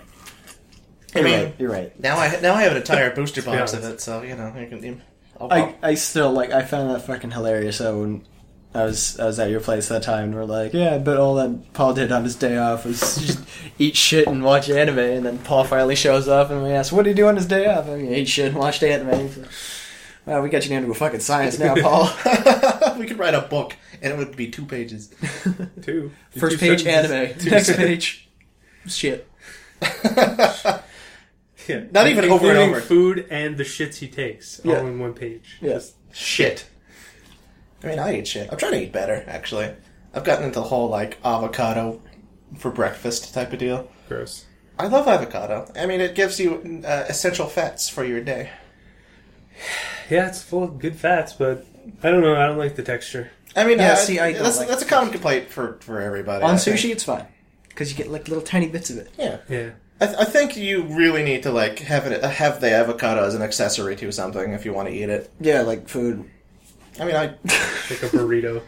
[SPEAKER 3] You're
[SPEAKER 2] mean,
[SPEAKER 3] right. You're right.
[SPEAKER 2] now I now I have an entire booster box
[SPEAKER 1] Yeah.
[SPEAKER 2] of it, so you know you can. You, I'll,
[SPEAKER 3] I, I still like I found that fucking hilarious. So when I was I was at your place that time, and we're like, yeah, but all that Paul did on his day off was just eat shit and watch anime. And then Paul finally shows up, and we ask, "What do you do on his day off?" I mean, ate shit and watched anime. He's like, Well, we got you into a fucking science now, Paul.
[SPEAKER 2] we could write a book, and it would be two pages.
[SPEAKER 1] Two. Two
[SPEAKER 3] First page
[SPEAKER 1] sentences.
[SPEAKER 3] anime,
[SPEAKER 1] Two
[SPEAKER 3] next
[SPEAKER 1] sentences.
[SPEAKER 3] page shit.
[SPEAKER 1] Yeah.
[SPEAKER 2] Not even over and
[SPEAKER 1] Including
[SPEAKER 2] over.
[SPEAKER 1] food and the shits he takes
[SPEAKER 3] Yeah.
[SPEAKER 1] all in one page.
[SPEAKER 3] Yes,
[SPEAKER 2] Shit. I mean, I eat shit. I'm trying to eat better, actually. I've gotten into the whole like avocado for breakfast type of deal.
[SPEAKER 1] Gross.
[SPEAKER 2] I love avocado. I mean, it gives you uh, essential fats for your day.
[SPEAKER 1] Yeah, it's full of good fats, but I don't know. I don't like the texture.
[SPEAKER 2] I mean,
[SPEAKER 3] Yeah,
[SPEAKER 2] uh,
[SPEAKER 3] see, I don't
[SPEAKER 2] that's,
[SPEAKER 3] like
[SPEAKER 2] that's a common complaint for, for everybody.
[SPEAKER 3] on
[SPEAKER 2] I think.
[SPEAKER 3] sushi it's fine because you get like little tiny bits of it.
[SPEAKER 2] Yeah,
[SPEAKER 1] Yeah.
[SPEAKER 2] I, th- I think you really need to like have it have the avocado as an accessory to something if you want to eat it.
[SPEAKER 3] Yeah, like food.
[SPEAKER 2] I mean, I
[SPEAKER 1] Like a burrito.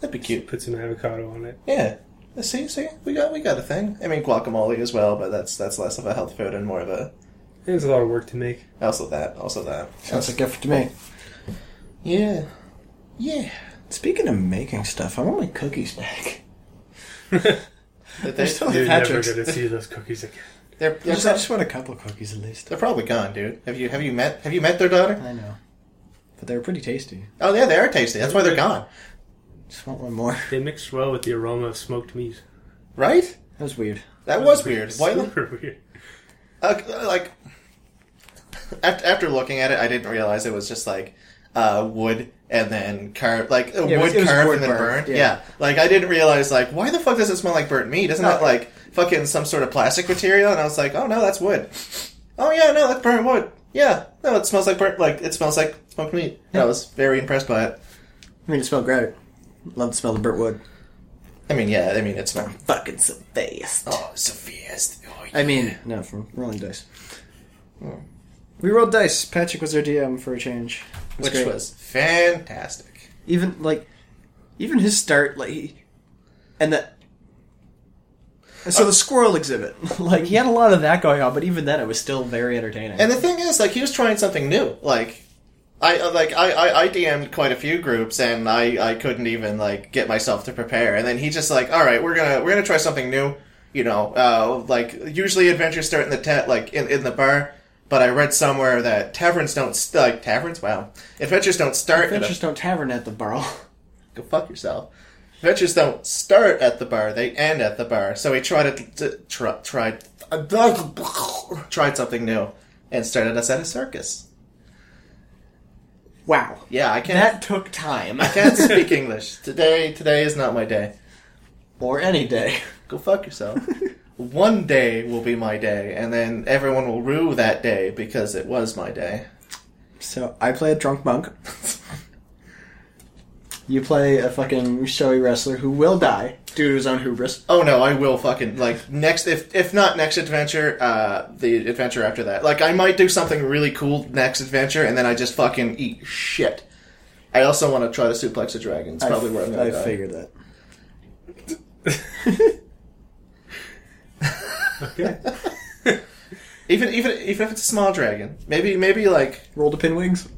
[SPEAKER 2] that'd be cute.
[SPEAKER 1] Put some avocado on it.
[SPEAKER 2] Yeah, Uh, see, see, we got we got a thing. I mean, guacamole as well, but that's that's less of a health food and more of a
[SPEAKER 1] It's a lot of work to make.
[SPEAKER 2] also that also that.
[SPEAKER 3] Sounds like effort to me.
[SPEAKER 2] Yeah, yeah.
[SPEAKER 3] Speaking of making stuff, I want my cookies back.
[SPEAKER 2] But They,
[SPEAKER 3] still-
[SPEAKER 1] You're
[SPEAKER 3] Patrick's-
[SPEAKER 1] never going to see those cookies again.
[SPEAKER 2] they're,
[SPEAKER 3] I
[SPEAKER 2] they're,
[SPEAKER 3] just, I just want a couple cookies at least.
[SPEAKER 2] they're probably gone, dude. Have you have you met have you met their daughter?
[SPEAKER 3] I know. But they were pretty tasty.
[SPEAKER 2] Oh yeah, they are tasty. That's why they're gone,
[SPEAKER 3] Just want one more.
[SPEAKER 1] They mixed well with the aroma of smoked meat.
[SPEAKER 2] right?
[SPEAKER 3] That was weird.
[SPEAKER 2] That was weird. Why?
[SPEAKER 1] Super weird.
[SPEAKER 2] Uh, like after, after looking at it, I didn't realize it was just like uh, wood and then carved, like uh,
[SPEAKER 3] Yeah, it was-
[SPEAKER 2] wood
[SPEAKER 3] it was
[SPEAKER 2] carved
[SPEAKER 3] wood
[SPEAKER 2] and then
[SPEAKER 3] burnt,
[SPEAKER 2] burned.
[SPEAKER 3] yeah.
[SPEAKER 2] Yeah. like I didn't realize like why the fuck does it smell like burnt meat? Isn't that
[SPEAKER 3] No.
[SPEAKER 2] like fucking some sort of plastic material? And I was like, oh no, that's wood. Oh yeah, no, that's burnt wood. Yeah, no, it smells like burnt. Like it smells like smoked meat. And I was very impressed by it.
[SPEAKER 3] I mean, it smelled great. Love the smell of burnt wood.
[SPEAKER 2] I mean, yeah, I mean it's not.
[SPEAKER 3] Fucking so fast.
[SPEAKER 2] Oh, Sophia's. Oh, yeah.
[SPEAKER 3] I mean, no, from rolling dice. Hmm. We rolled dice. Patrick was our DM for a change. It
[SPEAKER 2] which
[SPEAKER 3] great.
[SPEAKER 2] was fantastic.
[SPEAKER 3] even like, even his start like, he, and the. and So the squirrel exhibit, like he had a lot of that going on, but even then it was still very entertaining.
[SPEAKER 2] And the thing is, like, he was trying something new. Like, I uh, like I, I, I DM'd quite a few groups, and I, I couldn't even like get myself to prepare. And then he just like, all right, we're gonna we're gonna try something new. You know, uh, like usually adventures start in the tent, like in, in the bar. But I read somewhere that taverns don't st- like taverns. Wow, adventures don't start. at a-
[SPEAKER 3] Adventures don't tavern at the barrel.
[SPEAKER 2] go fuck yourself. Adventures don't start at the bar; they end at the bar. So he tried to, to try, tried tried something new and started us at a circus.
[SPEAKER 3] Wow.
[SPEAKER 2] Yeah, I can't.
[SPEAKER 3] That took time.
[SPEAKER 2] I can't speak English today. Today is not my day.
[SPEAKER 3] or any day.
[SPEAKER 2] Go fuck yourself. One day will be my day, and then everyone will rue that day because it was my day.
[SPEAKER 3] So I play a drunk monk. You play a fucking showy wrestler who will die due to his own hubris.
[SPEAKER 2] Oh no, I will fucking like next if if not next adventure, uh the adventure after that. Like I might do something really cool next adventure and then I just fucking eat shit. I also want to try to suplex a dragon. It's probably
[SPEAKER 3] I,
[SPEAKER 2] where I'm
[SPEAKER 3] I
[SPEAKER 2] going to
[SPEAKER 3] figured that.
[SPEAKER 1] Okay.
[SPEAKER 2] Even even even if it's a small dragon. Maybe maybe like
[SPEAKER 3] Roll to pinwigs.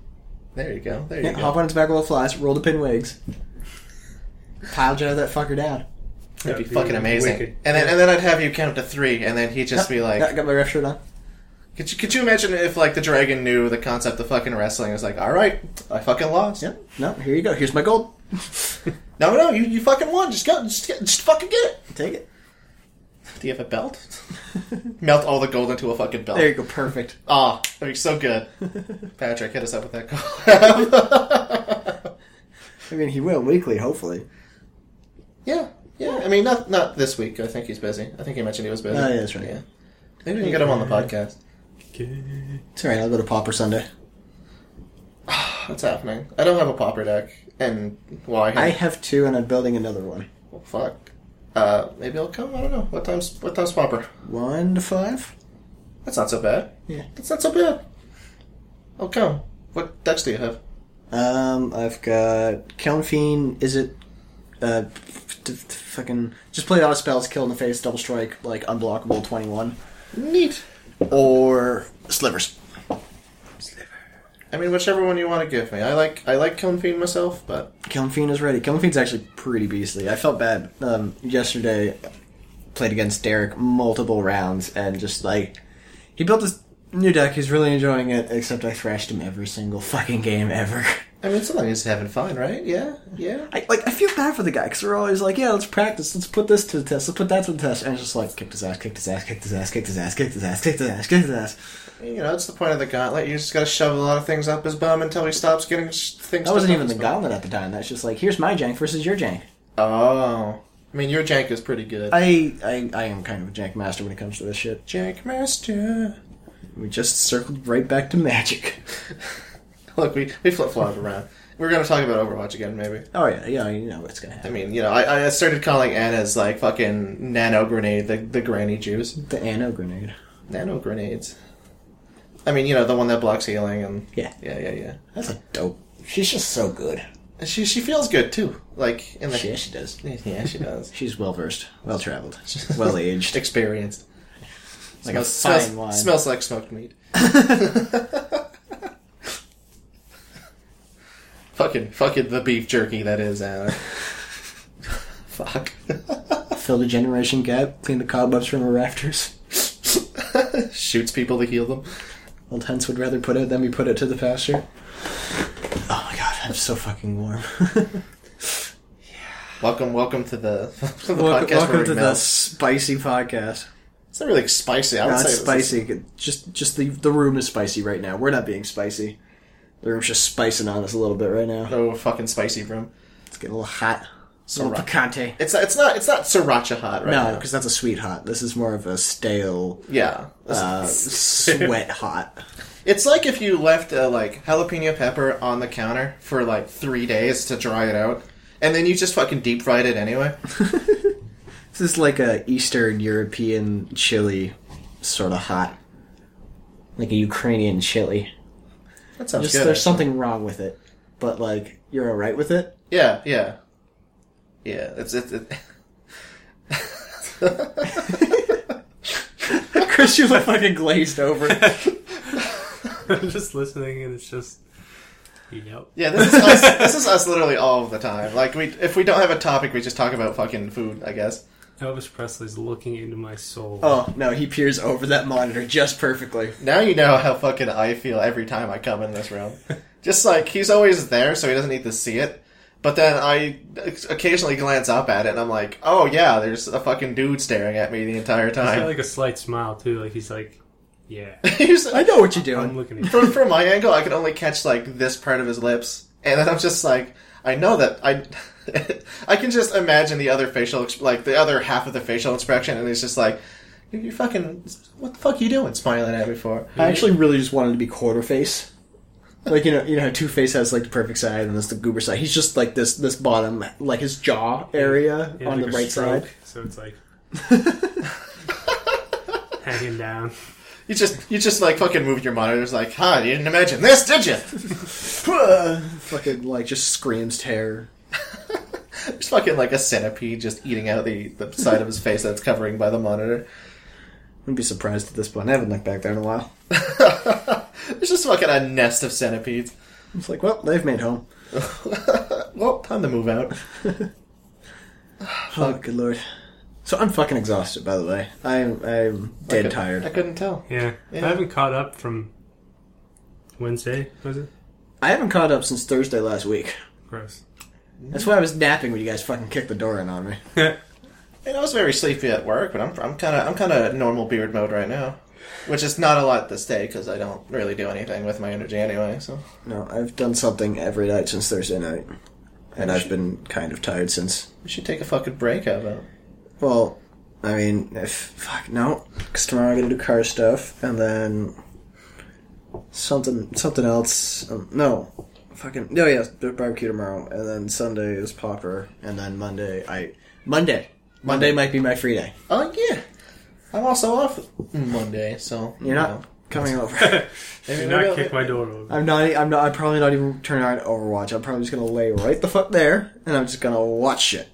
[SPEAKER 2] there you go. There you
[SPEAKER 3] Yeah,
[SPEAKER 2] go.
[SPEAKER 3] hop on its back while it flies. Roll to pinwigs. Pile drive that fucker down.
[SPEAKER 2] That'd be
[SPEAKER 1] That'd be
[SPEAKER 2] fucking amazing.
[SPEAKER 1] wicked.
[SPEAKER 2] And then and then I'd have you count to 3 and then he'd just be like
[SPEAKER 3] I got my ref shirt on.
[SPEAKER 2] Could you, could you imagine if like the dragon knew the concept of fucking wrestling? It was like, all right, I fucking lost.
[SPEAKER 3] Yep. No, here you go. Here's my gold.
[SPEAKER 2] No, no, you, you fucking won. Just go, just, get- just fucking get it.
[SPEAKER 3] Take it.
[SPEAKER 2] Do you have a belt? Melt all the gold into a fucking belt.
[SPEAKER 3] There you go. Perfect.
[SPEAKER 2] Ah, that'd be so good. Patrick, hit us up with that gold.
[SPEAKER 3] I mean, he will weekly, hopefully.
[SPEAKER 2] yeah, yeah. I mean, not not this week. I think he's busy. I think he mentioned he was busy.
[SPEAKER 3] Oh, yeah, that's right.
[SPEAKER 2] Yeah. Maybe we can get him on the podcast.
[SPEAKER 3] It's alright. I'll go to Popper Sunday.
[SPEAKER 2] What's happening? I don't have a popper deck, and why?
[SPEAKER 3] I have two, and I'm building another one.
[SPEAKER 2] Well, fuck. Uh, maybe I'll come. I don't know. What time's what time's popper?
[SPEAKER 3] One to five.
[SPEAKER 2] That's not so bad.
[SPEAKER 3] Yeah.
[SPEAKER 2] That's not so bad. I'll come. What decks do you have?
[SPEAKER 3] Um, I've got Kiln Fiend. Is it uh, f- f- f- fucking just play auto spells, kill in the face, double strike, like unblockable twenty one,
[SPEAKER 2] Neat.
[SPEAKER 3] or slivers.
[SPEAKER 2] I mean, whichever one you want to give me. I like I like Kiln Fiend myself, but
[SPEAKER 3] Kiln Fiend is ready. Kiln Fiend's actually pretty beastly. I felt bad um, yesterday. Played against Derek multiple rounds and just like he built this new deck. He's really enjoying it. Except I thrashed him every single fucking game ever.
[SPEAKER 2] I mean, something is having fun, right? Yeah, yeah.
[SPEAKER 3] I like I feel bad for the guy because we're always like, yeah, let's practice, let's put this to the test, let's put that to the test, and it's just like kicked his ass, kicked his ass, kicked his ass, kicked his ass, kicked his ass, kicked his ass, kicked his ass.
[SPEAKER 2] You know, it's the point of the gauntlet. You just gotta shove a lot of things up his bum until he stops getting sh- things.
[SPEAKER 3] That wasn't
[SPEAKER 2] stuck
[SPEAKER 3] even
[SPEAKER 2] up
[SPEAKER 3] the
[SPEAKER 2] his bum.
[SPEAKER 3] gauntlet at the time. That's just like, here's my jank versus your jank.
[SPEAKER 2] Oh, I mean, your jank is pretty good.
[SPEAKER 3] I I, I am kind of a jank master when it comes to this shit.
[SPEAKER 2] jank master.
[SPEAKER 3] We just circled right back to magic.
[SPEAKER 2] Look, we we flip flop around. We're gonna talk about Overwatch again, maybe.
[SPEAKER 3] Oh yeah, yeah, you know what's gonna
[SPEAKER 2] I
[SPEAKER 3] happen.
[SPEAKER 2] mean, you know, I, I started calling Anna's like fucking nano grenade the the granny juice.
[SPEAKER 3] The nano grenade.
[SPEAKER 2] Nano grenades. I mean, you know, the one that blocks healing and
[SPEAKER 3] Yeah.
[SPEAKER 2] yeah, yeah, yeah.
[SPEAKER 3] That's a dope. She's just so good.
[SPEAKER 2] And she she feels good too. Like in the
[SPEAKER 3] Yeah, she does.
[SPEAKER 2] yeah, she does.
[SPEAKER 3] She's well versed, well traveled, well aged,
[SPEAKER 2] Experienced.
[SPEAKER 3] like a
[SPEAKER 2] smells,
[SPEAKER 3] fine wine.
[SPEAKER 2] Smells like smoked meat. fucking fucking the beef jerky that is Anna. Fuck.
[SPEAKER 3] Fill the generation gap, clean the cobwebs from her rafters.
[SPEAKER 2] Shoots people to heal them.
[SPEAKER 3] Old Hens would rather put it than be put it to the pasture. Oh my god, I'm so fucking warm.
[SPEAKER 2] Welcome, welcome to the, the
[SPEAKER 3] welcome
[SPEAKER 2] podcast. where
[SPEAKER 3] welcome
[SPEAKER 2] we
[SPEAKER 3] to the
[SPEAKER 2] melt.
[SPEAKER 3] spicy podcast.
[SPEAKER 2] It's not really spicy. I would
[SPEAKER 3] No,
[SPEAKER 2] say
[SPEAKER 3] it's
[SPEAKER 2] this is-
[SPEAKER 3] spicy. Just, just the the room is spicy right now. We're not being spicy. The room's just spicing on us a little bit right now.
[SPEAKER 2] Oh, fucking spicy room.
[SPEAKER 3] It's getting a little hot. It's a little
[SPEAKER 2] Sriracha.
[SPEAKER 3] picante.
[SPEAKER 2] It's not, it's not it's not sriracha hot right
[SPEAKER 3] No,
[SPEAKER 2] now.
[SPEAKER 3] because that's a sweet hot. This is more of a stale
[SPEAKER 2] Yeah,
[SPEAKER 3] uh, sweat hot.
[SPEAKER 2] it's like if you left uh, like jalapeno pepper on the counter for like three days to dry it out, and then you just fucking deep fried it anyway.
[SPEAKER 3] This is like a Eastern European chili, sort of hot, like a Ukrainian chili.
[SPEAKER 2] That sounds
[SPEAKER 3] Just
[SPEAKER 2] good.
[SPEAKER 3] there's something wrong with it, but like you're all right with it.
[SPEAKER 2] Yeah, yeah, yeah. It's it's. It...
[SPEAKER 3] Chris, you look fucking glazed over.
[SPEAKER 1] I'm just listening, and it's just yep.
[SPEAKER 2] Yeah, this is us. this is us literally all the time. Like we, if we don't have a topic, we just talk about fucking food. I guess.
[SPEAKER 1] Elvis Presley's looking into my soul.
[SPEAKER 3] oh no, he peers over that monitor just perfectly.
[SPEAKER 2] Now you know how fucking I feel every time I come in this room. Just like he's always there, so he doesn't need to see it. But then I occasionally glance up at it, and I'm like, "Oh yeah, there's a fucking dude staring at me the entire
[SPEAKER 1] He's got
[SPEAKER 2] time."
[SPEAKER 1] like a slight smile too. Like he's like, yeah,
[SPEAKER 2] He's-
[SPEAKER 3] I know what you're
[SPEAKER 1] I'm
[SPEAKER 3] doing.
[SPEAKER 1] looking at you.
[SPEAKER 2] from from my angle, I could only catch like this part of his lips, and then I'm just like, I know that I, I can just imagine the other facial, ex- like the other half of the facial expression, and he's just like, "You- "You fucking, what the fuck you doing, smiling at me for?"
[SPEAKER 3] I actually really just wanted to be quarter face. Like you know, you know, Two Face has like the perfect side, and there's the goober side. He's just like this, this bottom, like his jaw area
[SPEAKER 1] He had,
[SPEAKER 3] on
[SPEAKER 1] like,
[SPEAKER 3] the
[SPEAKER 1] a
[SPEAKER 3] right
[SPEAKER 1] stroke,
[SPEAKER 3] side.
[SPEAKER 1] So it's like hanging down.
[SPEAKER 2] You just you just like fucking move your monitors like, huh, you didn't imagine this, did you?
[SPEAKER 3] Fucking like just screams terror.
[SPEAKER 2] There's fucking like a centipede just eating out the, the side of his face that's covering by the monitor.
[SPEAKER 3] Wouldn't be surprised at this point. I haven't looked back there in a while.
[SPEAKER 2] There's just fucking a nest of centipedes.
[SPEAKER 3] It's like, well, they've made home.
[SPEAKER 2] Well, time to move out.
[SPEAKER 3] Oh, good lord. So I'm fucking exhausted, by the way. I'm I'm dead
[SPEAKER 2] I cou- I
[SPEAKER 3] tired.
[SPEAKER 2] couldn't tell.
[SPEAKER 1] Yeah.
[SPEAKER 2] Yeah.
[SPEAKER 1] I haven't caught up from Wednesday, was it?
[SPEAKER 3] I haven't caught up since Thursday last week.
[SPEAKER 1] Gross.
[SPEAKER 3] That's why I was napping when you guys fucking kicked the door in on me.
[SPEAKER 2] And I was very sleepy at work, but I'm I'm kind of I'm kind of normal beard mode right now, which is not a lot this day because I don't really do anything with my energy anyway. So
[SPEAKER 3] No, I've done something every night since Thursday night, and I've been kind of tired since.
[SPEAKER 2] we should take a fucking break out of it.
[SPEAKER 3] Well, I mean, if fuck no, because tomorrow I'm gonna do car stuff, and then something something else. Um, no, fucking no, yeah, b- barbecue tomorrow, and then Sunday is popper, and then Monday I Monday Monday might be my free day.
[SPEAKER 2] Oh yeah, I'm also off Monday, so
[SPEAKER 3] You're not coming over.
[SPEAKER 1] Do
[SPEAKER 2] Maybe,
[SPEAKER 1] not
[SPEAKER 2] maybe-
[SPEAKER 1] kick my door over.
[SPEAKER 3] I'm not. e, I'm not. I'm probably not even turning on Overwatch. I'm probably just gonna lay right the fuck there, and I'm just gonna watch it.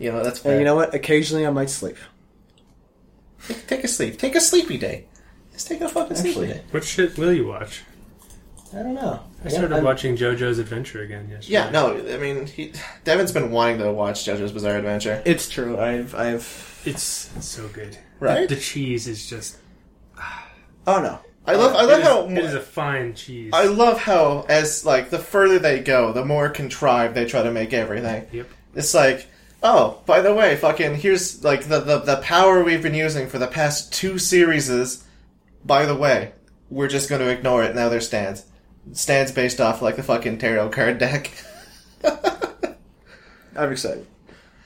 [SPEAKER 2] You know that's fair.
[SPEAKER 3] And you know what? Occasionally I might sleep.
[SPEAKER 2] take, take a sleep, take a sleepy day. Let's take a fucking
[SPEAKER 3] Actually.
[SPEAKER 2] sleepy day.
[SPEAKER 1] What shit will you watch?
[SPEAKER 2] I don't know.
[SPEAKER 1] I started
[SPEAKER 2] I'm-
[SPEAKER 1] watching JoJo's Adventure again yesterday.
[SPEAKER 2] Yeah, no, I mean, he, Devin's been wanting to watch JoJo's Bizarre Adventure,
[SPEAKER 3] It's true. I've. I've.
[SPEAKER 1] It's so good.
[SPEAKER 2] right?
[SPEAKER 1] The cheese is just.
[SPEAKER 3] Oh no.
[SPEAKER 2] I love, I
[SPEAKER 1] it
[SPEAKER 2] love
[SPEAKER 1] is-
[SPEAKER 2] how
[SPEAKER 1] it is a fine cheese.
[SPEAKER 2] I love how as like the further they go, the more contrived they try to make everything.
[SPEAKER 1] Yep.
[SPEAKER 2] It's like, oh, by the way, fucking here's like the the, the power we've been using for the past two series is by the way, we're just gonna ignore it now they're stands. Stands based off like the fucking tarot card deck.
[SPEAKER 3] I'm excited.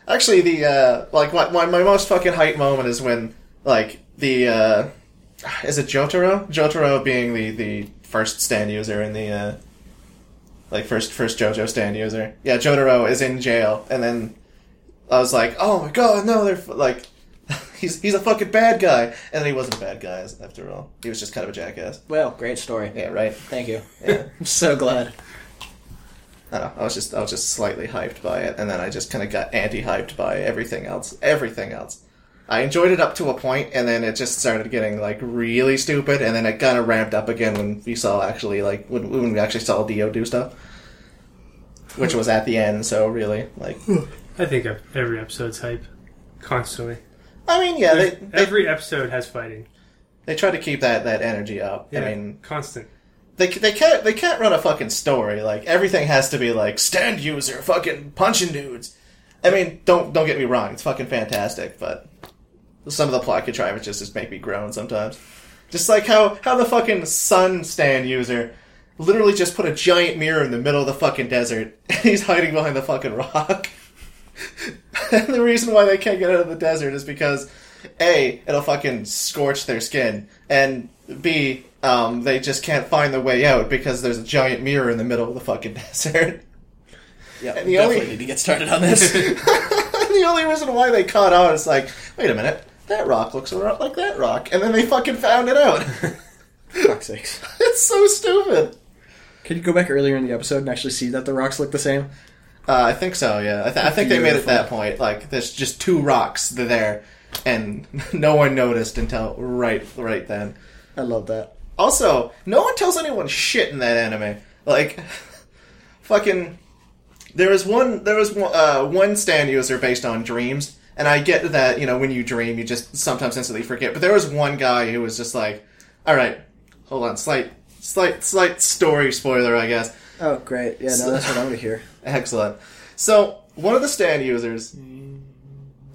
[SPEAKER 2] Actually, the uh, like my, my my most fucking hype moment is when like the uh, is it Jotaro? Jotaro being the the first stand user in the uh, like first first JoJo stand user. Yeah, Jotaro is in jail, and then I was like, oh my god, no, they're f- like. He's, he's a fucking bad guy, and then he wasn't a bad guy after all. He was just kind of a jackass.
[SPEAKER 3] Well, great story.
[SPEAKER 2] Yeah, right.
[SPEAKER 3] Thank you.
[SPEAKER 2] Yeah.
[SPEAKER 3] I'm so glad.
[SPEAKER 2] I don't know. I was just I was just slightly hyped by it, and then I just kind of got anti-hyped by everything else. Everything else. I enjoyed it up to a point, and then it just started getting like really stupid, and then it kind of ramped up again when we saw actually like when, when we actually saw Dio do stuff, which was at the end. So really, like,
[SPEAKER 1] I think of every episode's hype. Constantly.
[SPEAKER 2] I mean, yeah, they they,
[SPEAKER 1] Every episode has fighting.
[SPEAKER 2] they try to keep that that energy up.
[SPEAKER 1] Yeah.
[SPEAKER 2] I mean,
[SPEAKER 1] constant.
[SPEAKER 2] they they can't they can't run a fucking story. Like everything has to be like stand user, fucking punching dudes. I mean, don't don't get me wrong, it's fucking fantastic, but some of the plot contrivances just make me groan sometimes. Just like how how the fucking sun stand user literally just put a giant mirror in the middle of the fucking desert and he's hiding behind the fucking rock. and the reason why they can't get out of the desert is because a it'll fucking scorch their skin and b um, they just can't find their way out because there's a giant mirror in the middle of the fucking desert.
[SPEAKER 3] Yeah,
[SPEAKER 2] And the only-
[SPEAKER 3] to get started on this.
[SPEAKER 2] the only reason why they caught on is like, wait a minute, that rock looks a lot like that rock, and then they fucking found it out.
[SPEAKER 3] Fuck's sakes.
[SPEAKER 2] it's so stupid.
[SPEAKER 3] Could you go back earlier in the episode and actually see that the rocks look the same?
[SPEAKER 2] Uh, I think so. Yeah, I, th- I think they made it at that point. Like, there's just two rocks there, and no one noticed until right, right then.
[SPEAKER 3] I love that.
[SPEAKER 2] Also, no one tells anyone shit in that anime. Like, fucking, there was one, there was one, uh, one stand user based on dreams, and I get that you know when you dream, you just sometimes instantly forget. But there was one guy who was just like, "All right, hold on, slight, slight, slight story spoiler, I guess."
[SPEAKER 3] Oh, great. Yeah, no, that's what I want to hear.
[SPEAKER 2] Excellent. So one of the stand users.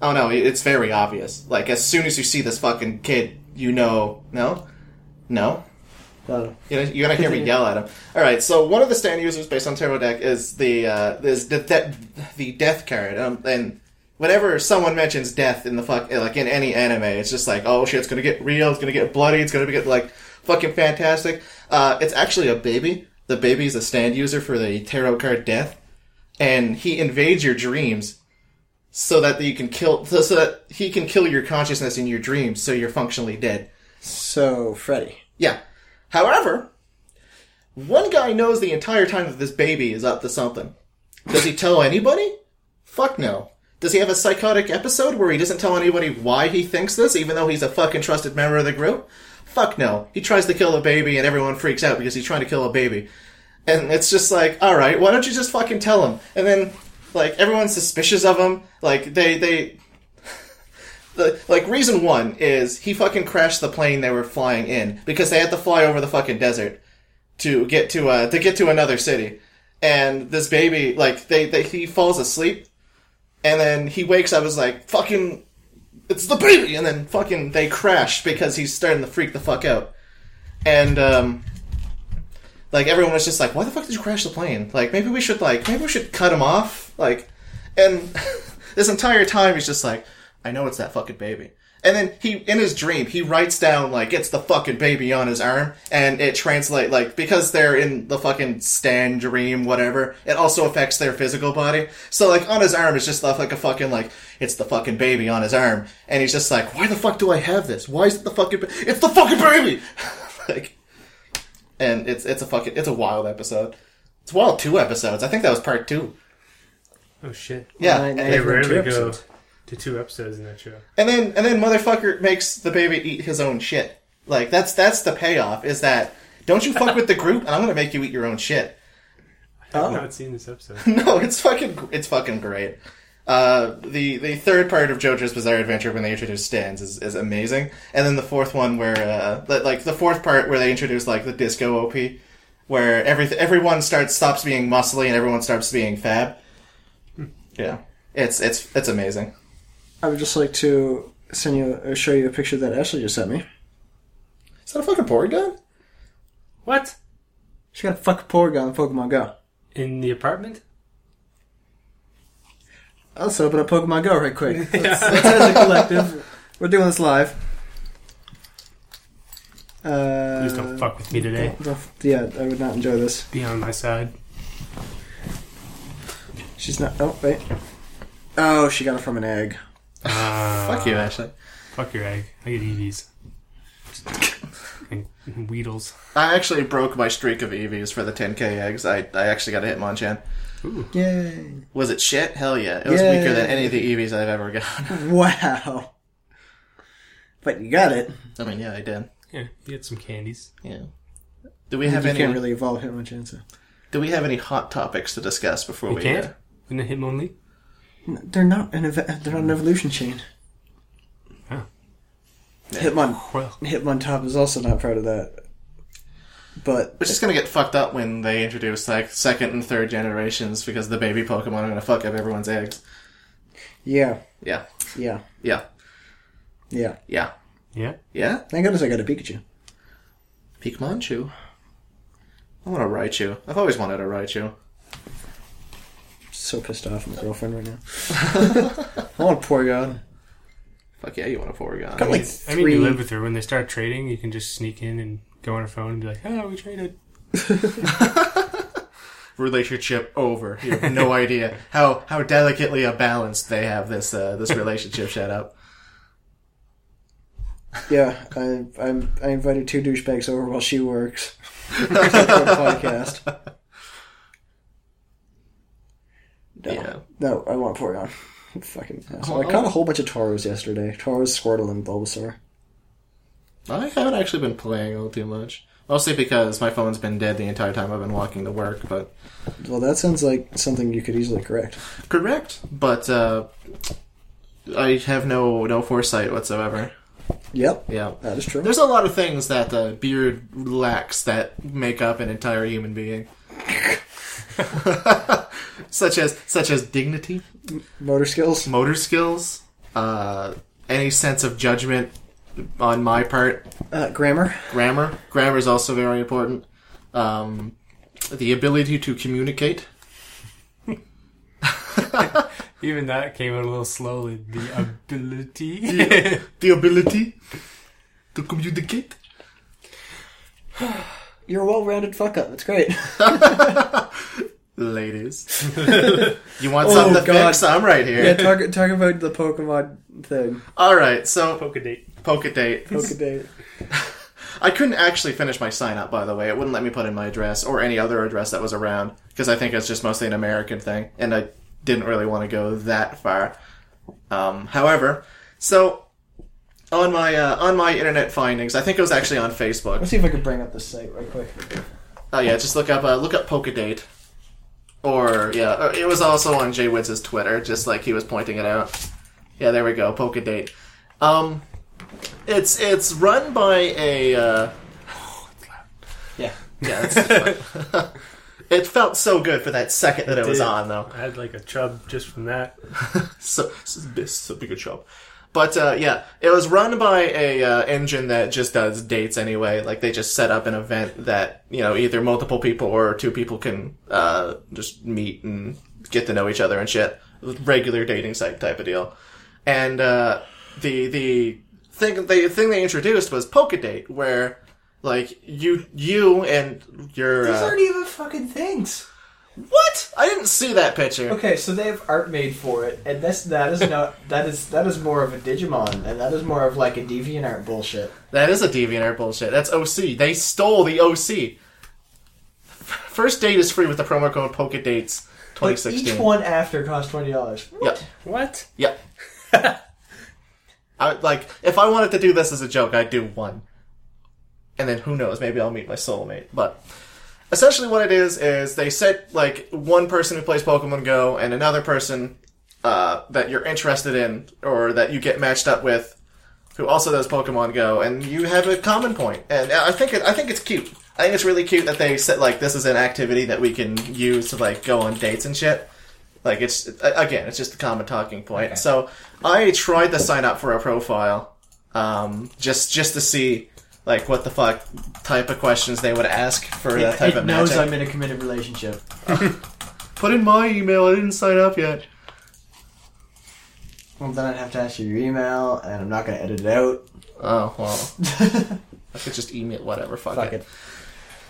[SPEAKER 2] Oh no, it- it's very obvious. Like as soon as you see this fucking kid, you know. No, no,
[SPEAKER 3] Oh,
[SPEAKER 2] you're gonna, you're gonna hear me yell at him. All right. So one of the stand users based on tarot deck is the uh, is the de- the death card, um, and whenever someone mentions death in the fuck like in any anime, it's just like oh shit, it's gonna get real, it's gonna get bloody, it's gonna get like fucking fantastic. Uh, it's actually a baby. The baby is a stand user for the tarot card death, and he invades your dreams so that you can kill so so that he can kill your consciousness in your dreams, so you're functionally dead.
[SPEAKER 3] So, Freddy.
[SPEAKER 2] Yeah. However, one guy knows the entire time that this baby is up to something. Does he tell anybody? Fuck no. Does he have a psychotic episode where he doesn't tell anybody why he thinks this, even though he's a fucking trusted member of the group? Fuck no. He tries to kill a baby and everyone freaks out because he's trying to kill a baby. And it's just like, alright, why don't you just fucking tell him? And then, like, everyone's suspicious of him. Like, they, they, the like reason one is he fucking crashed the plane they were flying in because they had to fly over the fucking desert to get to uh to get to another city and this baby like they, they he falls asleep and then he wakes up is like fucking it's the baby and then fucking they crash because he's starting to freak the fuck out and um like everyone was just like why the fuck did you crash the plane like maybe we should like maybe we should cut him off like and this entire time he's just like i know it's that fucking baby and then he in his dream he writes down like it's the fucking baby on his arm and it translate like because they're in the fucking stand dream whatever it also affects their physical body so like on his arm it's just like a fucking like it's the fucking baby on his arm and he's just like why the fuck do i have this why is it the fucking ba- it's the fucking baby like and it's it's a fucking it's a wild episode it's wild two episodes i think that was part two
[SPEAKER 1] Oh shit.
[SPEAKER 2] yeah
[SPEAKER 3] Well, I-
[SPEAKER 2] and
[SPEAKER 3] I-
[SPEAKER 1] They
[SPEAKER 2] then-
[SPEAKER 3] I've heard two
[SPEAKER 1] rarely go
[SPEAKER 3] episodes.
[SPEAKER 1] to two episodes in that show.
[SPEAKER 2] And then and then motherfucker makes the baby eat his own shit. Like that's that's the payoff is that don't you fuck with the group and I'm gonna make you eat your own shit. Oh.
[SPEAKER 1] I've
[SPEAKER 3] Oh.
[SPEAKER 1] not seen this episode.
[SPEAKER 2] No, it's fucking it's fucking great. Uh, the the third part of JoJo's Bizarre Adventure when they introduce stands is, is amazing, and then the fourth one where uh, li- like the fourth part where they introduce like the disco op, where every everyone starts stops being muscly and everyone starts being fab. Yeah, it's it's it's amazing.
[SPEAKER 3] I would just like to send you or show you a picture that Ashley just sent me.
[SPEAKER 2] Is that a fucking porn gun?
[SPEAKER 1] What?
[SPEAKER 3] She got a fucking Porygon in Pokemon Go.
[SPEAKER 1] In the apartment?
[SPEAKER 3] Let's open up Pokemon Go right quick. Let's, let's as a collective. We're doing this live. Uh,
[SPEAKER 1] Please don't fuck with me today.
[SPEAKER 3] don't f- yeah, I would not enjoy this.
[SPEAKER 1] Be on my side.
[SPEAKER 3] She's not. Oh wait. Oh, she got it from an egg.
[SPEAKER 1] Uh,
[SPEAKER 2] Fuck you, Ashley.
[SPEAKER 1] Fuck your egg. I get Eevees. and and Weedles.
[SPEAKER 2] I actually broke my streak of EVs for the 10k eggs. I, I actually got a Hitmonchan.
[SPEAKER 1] Ooh.
[SPEAKER 3] Yay!
[SPEAKER 2] Was it shit? Hell yeah. It was
[SPEAKER 3] Yay.
[SPEAKER 2] weaker than any of the EVs I've ever gotten.
[SPEAKER 3] Wow. But you got it.
[SPEAKER 2] I mean, yeah, I did.
[SPEAKER 1] Yeah, you get some candies.
[SPEAKER 2] Yeah. Do we have
[SPEAKER 3] you
[SPEAKER 2] any?
[SPEAKER 3] can't really evolve him much answer.
[SPEAKER 2] Do we have any hot topics to discuss before
[SPEAKER 1] You
[SPEAKER 2] we?
[SPEAKER 1] can't?
[SPEAKER 2] uh,
[SPEAKER 1] Wouldn't it hit only?
[SPEAKER 3] They're not an ev- they're not an evolution chain.
[SPEAKER 1] Oh.
[SPEAKER 3] Hitmon
[SPEAKER 1] Well,
[SPEAKER 3] Hitmon top is also not part of that. But
[SPEAKER 2] Which is gonna get fucked up when they introduce like second and third generations because the baby Pokemon are gonna fuck up everyone's eggs.
[SPEAKER 3] yeah,
[SPEAKER 2] Yeah. Yeah.
[SPEAKER 3] yeah, yeah.
[SPEAKER 2] Yeah.
[SPEAKER 1] yeah.
[SPEAKER 2] Yeah.
[SPEAKER 3] Thank goodness I got a Pikachu.
[SPEAKER 2] Pikachu. I want a Raichu. I've always wanted a Raichu.
[SPEAKER 3] So pissed off at my girlfriend right now. I want a Porygon.
[SPEAKER 2] Fuck yeah, you want a Porygon?
[SPEAKER 3] Got like
[SPEAKER 1] I mean,
[SPEAKER 3] three.
[SPEAKER 1] you live with her. When they start trading, you can just sneak in and go on her phone and be like, oh, we traded.
[SPEAKER 2] relationship over. You have no idea how how delicately a balance they have this uh, this relationship set up.
[SPEAKER 3] yeah, I I, I invited two douchebags over while she works. For a podcast. No,
[SPEAKER 2] Yeah. Oh,
[SPEAKER 3] no, I want Porygon. Fucking. asshole. I caught a whole bunch of Tauros yesterday. Tauros, Squirtle, and Bulbasaur.
[SPEAKER 2] I haven't actually been playing all too much, mostly because my phone's been dead the entire time I've been walking to work. But
[SPEAKER 3] Well, that sounds like something you could easily correct.
[SPEAKER 2] correct, but uh, I have no no foresight whatsoever.
[SPEAKER 3] Yep,
[SPEAKER 2] Yeah.
[SPEAKER 3] that is true.
[SPEAKER 2] There's a lot of things that uh, beard lacks that make up an entire human being, such as such as dignity,
[SPEAKER 3] Motor skills.
[SPEAKER 2] motor skills, uh, any sense of judgment on my part,
[SPEAKER 3] Uh, grammar.
[SPEAKER 2] grammar. Grammar is also very important. Um, the ability to communicate.
[SPEAKER 1] Even that came out a little slowly. The ability.
[SPEAKER 2] The ability to communicate.
[SPEAKER 3] You're a well-rounded fuck up. That's great.
[SPEAKER 2] Ladies. you want
[SPEAKER 3] Oh,
[SPEAKER 2] something to
[SPEAKER 3] God.
[SPEAKER 2] fix? I'm right here.
[SPEAKER 3] yeah, talk talk about the Pokemon thing.
[SPEAKER 2] All right, so
[SPEAKER 1] Poke a date.
[SPEAKER 2] poke date.
[SPEAKER 3] Pokedate.
[SPEAKER 2] I couldn't actually finish my sign up, by the way. It wouldn't let me put in my address or any other address that was around because I think it's just mostly an American thing, and I didn't really want to go that far. Um, however, so on my uh, on my internet findings, I think it was actually on Facebook.
[SPEAKER 3] Let's see if I can bring up the site right quick.
[SPEAKER 2] Oh yeah, just look up uh, look up Polkadate. Or yeah, uh, it was also on Jay Witz's Twitter, just like he was pointing it out. Yeah, there we go, Polkadate. Um, it's it's run by a. Uh,
[SPEAKER 3] Yeah.
[SPEAKER 2] yeah, it's fun. it felt so good for that second that it, was
[SPEAKER 1] did.
[SPEAKER 2] on though.
[SPEAKER 1] I had like a chub just from that.
[SPEAKER 2] So so big a job. But uh, yeah, it was run by a uh, engine that just does dates anyway. Like they just set up an event that you know either multiple people or two people can uh, just meet and get to know each other and shit. Regular dating site type of deal. And uh, the the thing the thing they introduced was Polkadate, where like you you and your
[SPEAKER 3] These
[SPEAKER 2] uh,
[SPEAKER 3] aren't even fucking things.
[SPEAKER 2] what? I didn't see that picture.
[SPEAKER 3] Okay, so they have art made for it, and this that is not that is that is more of a Digimon, and that is more of like a DeviantArt bullshit.
[SPEAKER 2] That is a DeviantArt bullshit. That's OC. They stole the OC. First date is free with the promo code PokeDates
[SPEAKER 3] Like
[SPEAKER 2] 2016.
[SPEAKER 3] each one after costs twenty dollars.
[SPEAKER 2] Yep.
[SPEAKER 1] What?
[SPEAKER 2] Yep. I, like, if I wanted to do this as a joke, I'd do one. And then who knows, maybe I'll meet my soulmate. But essentially what it is, is they set, like, one person who plays Pokemon Go and another person uh, that you're interested in or that you get matched up with who also does Pokemon Go, and you have a common point. And I think it, I think it's cute. I think it's really cute that they said like this is an activity that we can use to like go on dates and shit. Like it's again, it's just a common talking point. So I tried to sign up for a profile, um, just just to see like what the fuck type of questions they would ask for that type
[SPEAKER 3] It,
[SPEAKER 2] of
[SPEAKER 3] it knows
[SPEAKER 2] matchup.
[SPEAKER 3] I'm in a committed relationship.
[SPEAKER 2] Put in my email. I didn't sign up yet.
[SPEAKER 3] Well, then I'd have to ask you your email, and I'm not going to edit it out.
[SPEAKER 2] Oh well, I could just email whatever. Fuck,
[SPEAKER 3] Fuck
[SPEAKER 2] it.
[SPEAKER 3] it.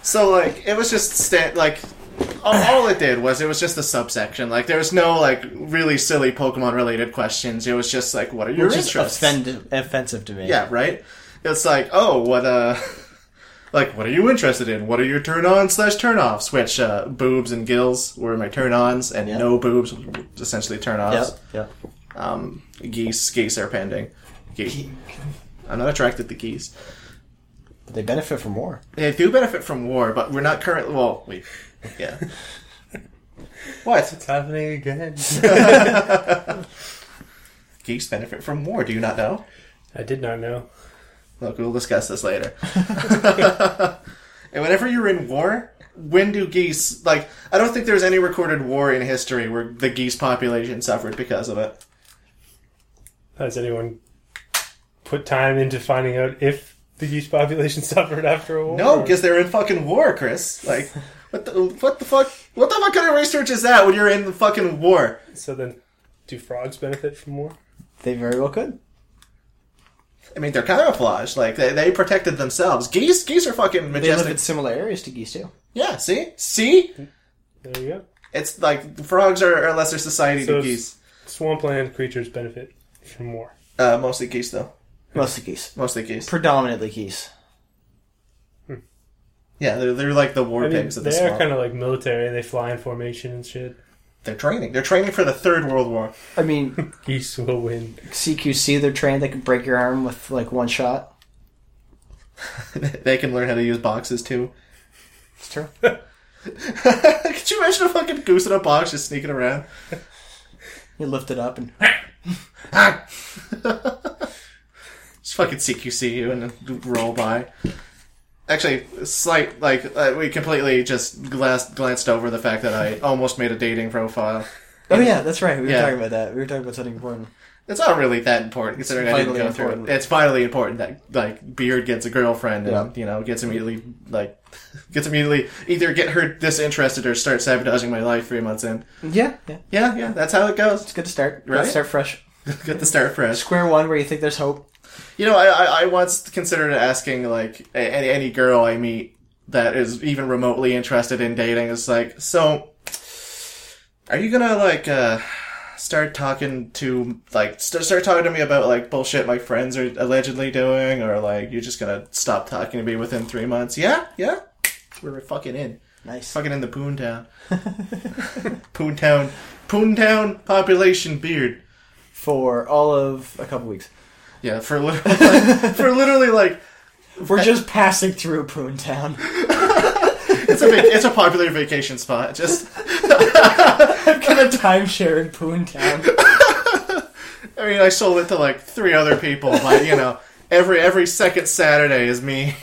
[SPEAKER 2] So like it was just sta- like all, all it did was it was just a subsection. Like there was no like really silly Pokemon related questions. It was just like what are your
[SPEAKER 3] Which is
[SPEAKER 2] interests?
[SPEAKER 3] offend- offensive to me.
[SPEAKER 2] yeah, right. It's like oh what uh like what are you interested in? What are your turn ons slash turn offs? Which uh, boobs and gills were my turn ons, and
[SPEAKER 3] Yeah.
[SPEAKER 2] no boobs were essentially turn
[SPEAKER 3] Yep.
[SPEAKER 2] offs.
[SPEAKER 3] Yep.
[SPEAKER 2] Um, geese geese are pending. Geese. I'm not attracted to geese.
[SPEAKER 3] They benefit from war.
[SPEAKER 2] They do benefit from war, but we're not currently. Well, we. Yeah. what?
[SPEAKER 1] It's happening again.
[SPEAKER 2] Geese benefit from war, do you not know?
[SPEAKER 1] I did not know.
[SPEAKER 2] Look, we'll discuss this later. and whenever you're in war, when do geese. Like, I don't think there's any recorded war in history where the geese population suffered because of it.
[SPEAKER 1] Has anyone put time into finding out if the geese population suffered after a war?
[SPEAKER 2] No, because they're in fucking war, Chris. Like, what the, what the fuck? What the fuck kind of research is that when you're in the fucking war?
[SPEAKER 1] So then, do frogs benefit from war?
[SPEAKER 3] They very well could.
[SPEAKER 2] I mean, they're camouflaged. Like, they, they protected themselves. Geese, geese are fucking
[SPEAKER 3] They
[SPEAKER 2] majestic.
[SPEAKER 3] live in similar areas to geese too.
[SPEAKER 2] Yeah, see? See?
[SPEAKER 1] There you go.
[SPEAKER 2] It's like frogs are a lesser society
[SPEAKER 1] So
[SPEAKER 2] than
[SPEAKER 1] it's-
[SPEAKER 2] geese.
[SPEAKER 1] Swampland creatures benefit from war.
[SPEAKER 2] Uh, mostly geese, though.
[SPEAKER 3] Mostly geese.
[SPEAKER 2] Mostly geese.
[SPEAKER 3] Predominantly geese.
[SPEAKER 2] Yeah, they're, they're like the war
[SPEAKER 1] I mean,
[SPEAKER 2] pigs of the
[SPEAKER 1] they are
[SPEAKER 2] swamp.
[SPEAKER 1] kind of like military. They fly in formation and shit.
[SPEAKER 2] They're training. They're training for the Third World War.
[SPEAKER 3] I mean,
[SPEAKER 1] Geese will win.
[SPEAKER 3] CQC, they're trained. They can break your arm with like one shot.
[SPEAKER 2] they can learn how to use boxes, too.
[SPEAKER 3] It's true.
[SPEAKER 2] Could you imagine a fucking goose in a box just sneaking around?
[SPEAKER 3] You lift it up and
[SPEAKER 2] Just fucking CQC you and then roll by. Actually, slight, like, uh, we completely just glanced, glanced over the fact that I almost made a dating profile.
[SPEAKER 3] Oh yeah, that's right. We were
[SPEAKER 2] Yeah.
[SPEAKER 3] talking about that. We were talking about something important.
[SPEAKER 2] It's not really that important considering I didn't
[SPEAKER 3] vitally
[SPEAKER 2] go through it.
[SPEAKER 3] important.
[SPEAKER 2] It's vitally important that like Beard gets a girlfriend and you know gets immediately like gets immediately either get her disinterested or start sabotaging my life three months in.
[SPEAKER 3] Yeah, yeah.
[SPEAKER 2] Yeah, yeah, that's how it goes.
[SPEAKER 3] It's good to start.
[SPEAKER 2] Right?
[SPEAKER 3] Right? Start fresh.
[SPEAKER 2] Get the start fresh.
[SPEAKER 3] Square one where you think there's hope.
[SPEAKER 2] You know, I I, I once considered asking like a- any any girl I meet that is even remotely interested in dating is like, so are you gonna like uh start talking to like st- start talking to me about like bullshit my friends are allegedly doing or like you're just gonna stop talking to me within three months? Yeah, yeah, we're fucking in.
[SPEAKER 3] Nice.
[SPEAKER 2] Fucking in the Poontown. Poontown. Poontown population beard.
[SPEAKER 4] for all of a couple weeks.
[SPEAKER 2] Yeah, for literally, like, for literally like
[SPEAKER 4] We're just passing through Poontown.
[SPEAKER 2] it's a vac- it's a popular vacation spot. Just
[SPEAKER 4] I've got a timeshare in Poontown.
[SPEAKER 2] I mean, I sold it to like three other people, but you know, every every second Saturday is me.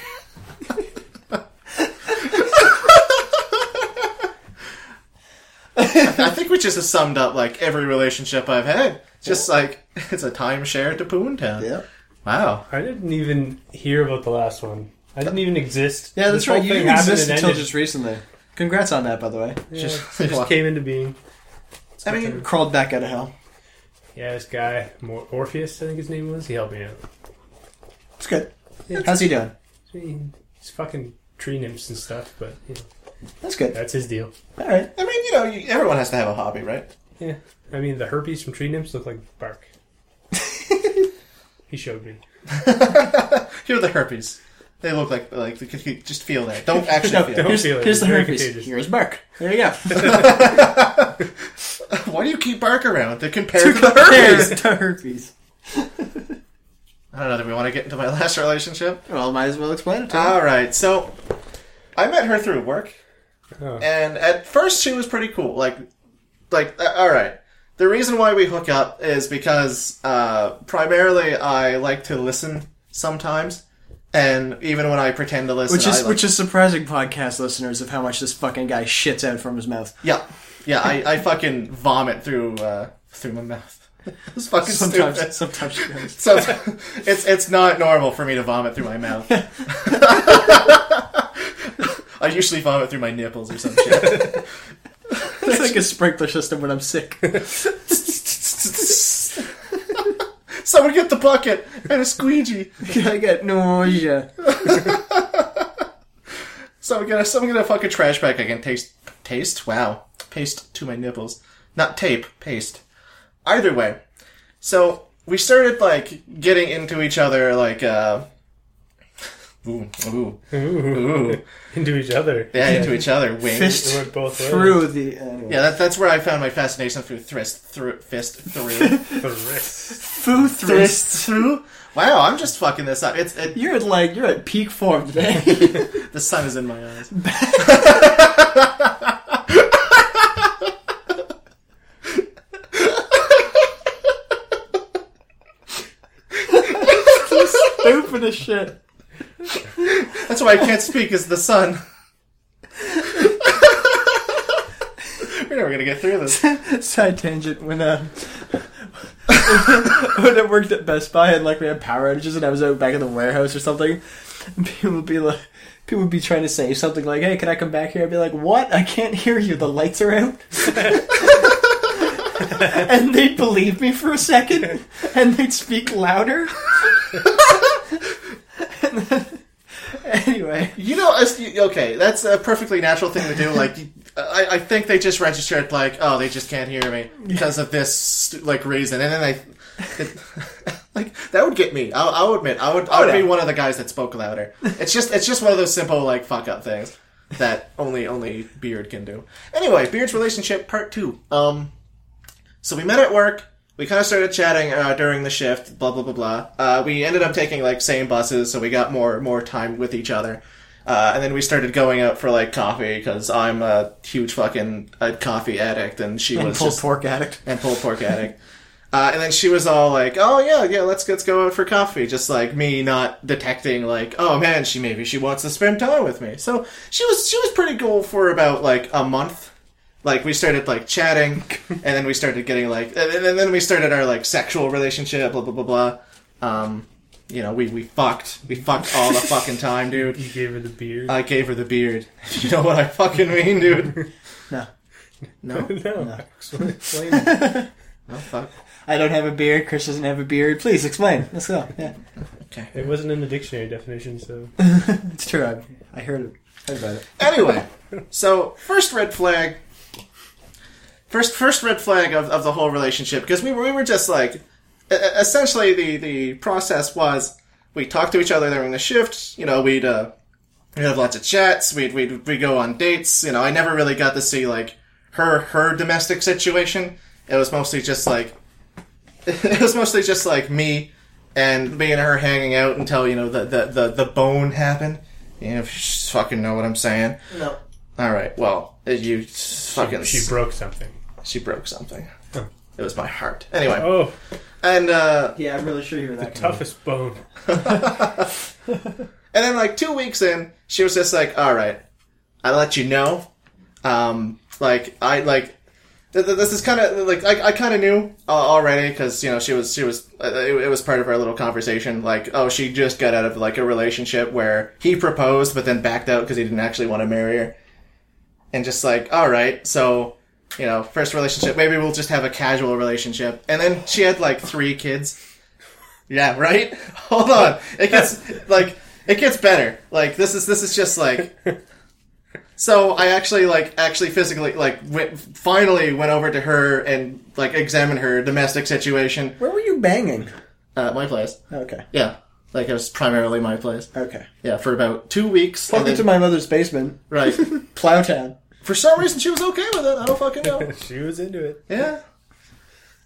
[SPEAKER 2] I I think we just have summed up like every relationship I've had. Just like it's a timeshare to Poontown.
[SPEAKER 3] Yeah.
[SPEAKER 2] Wow.
[SPEAKER 1] I didn't even hear about the last one. I didn't even exist.
[SPEAKER 3] Yeah, that's
[SPEAKER 1] This
[SPEAKER 3] right.
[SPEAKER 1] whole
[SPEAKER 3] You
[SPEAKER 1] thing
[SPEAKER 3] didn't
[SPEAKER 1] happened
[SPEAKER 3] exist
[SPEAKER 1] and
[SPEAKER 3] until
[SPEAKER 1] ended.
[SPEAKER 3] just recently. Congrats on that, by the way.
[SPEAKER 1] Yeah,
[SPEAKER 2] just-
[SPEAKER 1] it just came into being.
[SPEAKER 3] I mean, crawled back out of hell.
[SPEAKER 1] Yeah, this guy Mor- Orpheus, I think his name was. He helped me out.
[SPEAKER 3] It's good. How's he doing?
[SPEAKER 1] I mean, He's fucking tree nymphs and stuff, but you know,
[SPEAKER 3] That's good.
[SPEAKER 1] that's his deal.
[SPEAKER 3] All right.
[SPEAKER 2] I mean, you know, you, everyone has to have a hobby, right?
[SPEAKER 1] Yeah, I mean the herpes from tree nymphs look like bark. he showed me.
[SPEAKER 2] Here are the herpes. They look like like you could just feel that. Don't actually
[SPEAKER 3] No,
[SPEAKER 2] feel.
[SPEAKER 1] don't.
[SPEAKER 2] it.
[SPEAKER 3] Oh, here's,
[SPEAKER 1] feel it.
[SPEAKER 3] here's the
[SPEAKER 1] Very
[SPEAKER 3] herpes.
[SPEAKER 1] contagious.
[SPEAKER 3] Here's Burke. There you go.
[SPEAKER 2] Why do you keep bark around? They're compared to the
[SPEAKER 3] Here's
[SPEAKER 2] herpes.
[SPEAKER 3] the herpes.
[SPEAKER 2] I don't know. Do we want to get into my last relationship?
[SPEAKER 3] Well, might as well explain it to him.
[SPEAKER 2] All right. So I met her through work,
[SPEAKER 1] Oh.
[SPEAKER 2] and at first she was pretty cool. Like, like uh, all right. The reason why we hook up is because uh, primarily I like to listen sometimes, and even when I pretend to listen,
[SPEAKER 3] Which
[SPEAKER 2] I
[SPEAKER 3] is
[SPEAKER 2] like-
[SPEAKER 3] which is surprising, podcast listeners, of how much this fucking guy shits out from his mouth.
[SPEAKER 2] yeah, yeah, I, I fucking vomit through uh, through my mouth. it's fucking
[SPEAKER 3] Sometimes,
[SPEAKER 2] stupid.
[SPEAKER 3] sometimes she does.
[SPEAKER 2] So it's it's not normal for me to vomit through my mouth. I usually vomit through my nipples or some shit.
[SPEAKER 3] It's like a sprinkler system when I'm sick.
[SPEAKER 2] Someone get the bucket and a squeegee.
[SPEAKER 3] I get nausea.
[SPEAKER 2] Someone get a someone get a fucking trash bag. I can taste taste. Wow, paste to my nipples, not tape, paste. Either way, so we started like getting into each other like. uh... Ooh, ooh, ooh.
[SPEAKER 1] Into each other.
[SPEAKER 2] Yeah, into each other. Wink.
[SPEAKER 1] It
[SPEAKER 3] Fist
[SPEAKER 1] went both ways.
[SPEAKER 3] through the. Anyway.
[SPEAKER 2] Yeah, that, that's where I found my fascination through thrist, through fist, through
[SPEAKER 1] The wrist.
[SPEAKER 3] Foo thrist.
[SPEAKER 2] thrist, through. Wow, I'm just fucking this up. It's it,
[SPEAKER 3] You're at like you're at peak form today.
[SPEAKER 2] the sun is in my eyes.
[SPEAKER 3] Stupid as shit.
[SPEAKER 2] That's why I can't speak. Is the sun. We're never gonna get through this.
[SPEAKER 3] Side tangent. When uh, when I worked at Best Buy and like we had power outages and I was out back in the warehouse or something, and people would be like, people would be trying to say something like, "Hey, can I come back here?" I'd be like, "What? I can't hear you. The lights are out." and they'd believe me for a second, and they'd speak louder. And then- anyway,
[SPEAKER 2] You know, as you, okay, that's a perfectly natural thing to do. Like, you- I, I think they just registered like, oh, they just can't hear me because of this like reason, and then they. It, Like that would get me. I'll, I'll admit, I would. I would
[SPEAKER 3] Oh, yeah.
[SPEAKER 2] be one of the guys that spoke louder. It's just, it's just one of those simple like fuck up things that only only Beard can do. Anyway, Beard's relationship part two. Um, so we met at work. We kind of started chatting uh, during the shift. Blah blah blah blah. Uh, we ended up taking like same buses, so we got more more time with each other. Uh, and then we started going out for like coffee because I'm a huge fucking uh coffee addict, and she was
[SPEAKER 3] pulled
[SPEAKER 2] just
[SPEAKER 3] pork addict.
[SPEAKER 2] and pulled pork addict. Uh, and then she was all like, "Oh yeah, yeah, let's let's go out for coffee." Just like me, not detecting like, "Oh man, she maybe she wants to spend time with me." So she was she was pretty cool for about like a month. Like we started like chatting, and then we started getting like, and, and then we started our like sexual relationship. Blah blah blah blah. Um, you know, we we fucked, we fucked all the fucking time, dude.
[SPEAKER 1] You gave her the beard.
[SPEAKER 2] I gave her the beard. You know what I fucking mean, dude?
[SPEAKER 3] No.
[SPEAKER 2] No.
[SPEAKER 1] no. Explain. explain.
[SPEAKER 2] Oh fuck.
[SPEAKER 4] I don't have a beard. Chris doesn't have a beard. Please explain. Let's go. Yeah,
[SPEAKER 1] It wasn't in the dictionary definition, so
[SPEAKER 4] it's true. I, I heard it. Heard about it.
[SPEAKER 2] Anyway, so first red flag. First, first red flag of, of the whole relationship because we were we were just like, e- e- essentially the the process was we talked to each other during the shift. You know, we'd uh, we would have lots of chats. We'd we'd we go on dates. You know, I never really got to see like her her domestic situation. It was mostly just like, it was mostly just like me and me and her hanging out until you know the the the, the bone happened. You know, if you fucking know what I'm saying.
[SPEAKER 4] No.
[SPEAKER 2] All right. Well, you fucking
[SPEAKER 1] she broke something.
[SPEAKER 2] she broke something. It was my heart. Anyway,
[SPEAKER 1] Oh,
[SPEAKER 2] and uh,
[SPEAKER 4] Yeah, I'm really sure you were that. guy.
[SPEAKER 1] toughest bone.
[SPEAKER 2] and then like two weeks in, she was just like, "All right, I let you know." Um, like I like th- th- this is kind of like I, I kind of knew uh, already because you know she was she was uh, it, it was part of our little conversation. Like, oh, she just got out of like a relationship where he proposed but then backed out because he didn't actually want to marry her, and just like, all right, so. You know, first relationship. Maybe we'll just have a casual relationship, and then she had like three kids. Yeah, right. Hold on, it gets like it gets better. Like this is this is just like. So I actually like actually physically like went, finally went over to her and like examined her domestic situation
[SPEAKER 4] Where were you banging?
[SPEAKER 2] uh, at my place.
[SPEAKER 4] Okay.
[SPEAKER 2] Yeah, like it was primarily my place.
[SPEAKER 4] Okay.
[SPEAKER 2] Yeah, for about two weeks. and
[SPEAKER 4] Welcome to
[SPEAKER 2] then-
[SPEAKER 4] my mother's basement,
[SPEAKER 2] right.
[SPEAKER 4] Plowtown.
[SPEAKER 2] For some reason, she was okay with it. I don't fucking know.
[SPEAKER 1] she was into it.
[SPEAKER 2] Yeah.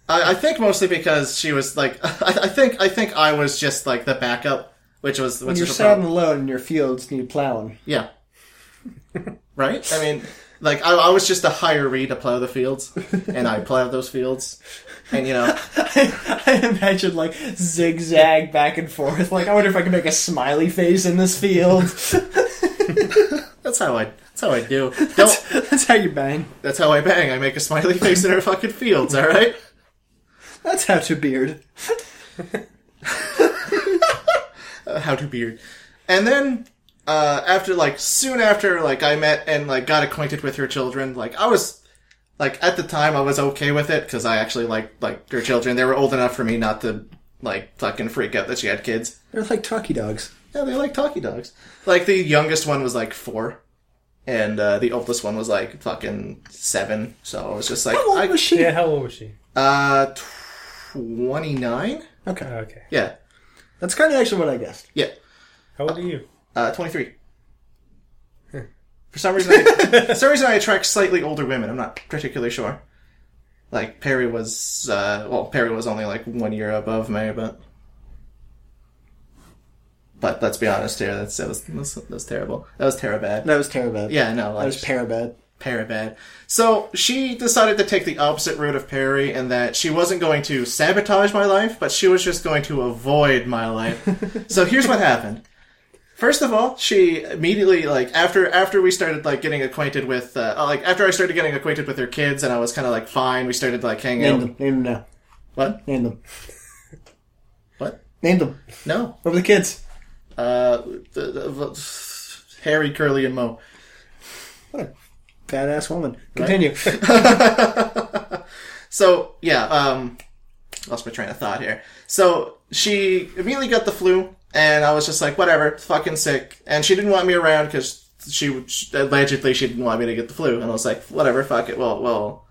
[SPEAKER 2] I, I think mostly because she was like I, I think I think I was just like the backup, which was which
[SPEAKER 4] When you're
[SPEAKER 2] was a problem.
[SPEAKER 4] sad and alone in your fields need plowing.
[SPEAKER 2] Yeah. right? I mean, like, I, I was just a hiree to plow the fields, and I plowed those fields. And, you know,
[SPEAKER 4] I imagine like zigzag back and forth. Like I wonder if I can make a smiley face in this field.
[SPEAKER 2] that's how I. That's how I do. Don't.
[SPEAKER 4] That's how you bang.
[SPEAKER 2] That's how I bang. I make a smiley face in her fucking fields. All right.
[SPEAKER 4] That's how to beard.
[SPEAKER 2] Uh, How to beard. And then uh, after, like, soon after, like, I met and like got acquainted with her children. Like, I was, like, at the time, I was okay with it because I actually like like her children. They were old enough for me not to like fucking freak out that she had kids.
[SPEAKER 4] They're like talkie dogs.
[SPEAKER 2] Yeah, they like talkie dogs. Like the youngest one was like four, and uh, the oldest one was like fucking seven. So it was just like
[SPEAKER 4] How old
[SPEAKER 2] I,
[SPEAKER 4] was she?
[SPEAKER 1] Yeah, how old was she?
[SPEAKER 2] uh twenty nine.
[SPEAKER 4] Okay,
[SPEAKER 1] Okay,
[SPEAKER 2] Yeah,
[SPEAKER 4] that's kind of actually what I guessed.
[SPEAKER 2] yeah,
[SPEAKER 1] how old are you?
[SPEAKER 2] uh, twenty three. For some reason, I, for some reason I attract slightly older women. I'm not particularly sure. Like Perry was, uh, well, Perry was only like one year above me, but but let's be honest here. That's that was, that was, that was terrible. That was terrible. Bad.
[SPEAKER 4] That was Terabad.
[SPEAKER 2] Yeah, no,
[SPEAKER 4] that was Parabad.
[SPEAKER 2] Parabad. So she decided to take the opposite route of Perry and that she wasn't going to sabotage my life, but she was just going to avoid my life. so here's what happened. First of all, she immediately like after after we started like getting acquainted with uh, like after I started getting acquainted with her kids and I was kind of like fine. We started like hanging
[SPEAKER 4] Name
[SPEAKER 2] out.
[SPEAKER 4] them. Name them now.
[SPEAKER 2] What?
[SPEAKER 4] Name them.
[SPEAKER 2] What?
[SPEAKER 4] Name them.
[SPEAKER 2] No.
[SPEAKER 4] What were the kids?
[SPEAKER 2] Uh, the, the, the- Harry, Curly, and Mo.
[SPEAKER 4] Badass woman. Continue.
[SPEAKER 2] So yeah, um, lost my train of thought here. So she immediately got the flu, and I was just like, whatever, fucking sick. And she didn't want me around because she allegedly she didn't want me to get the flu, and I was like, whatever, fuck it. Well, well,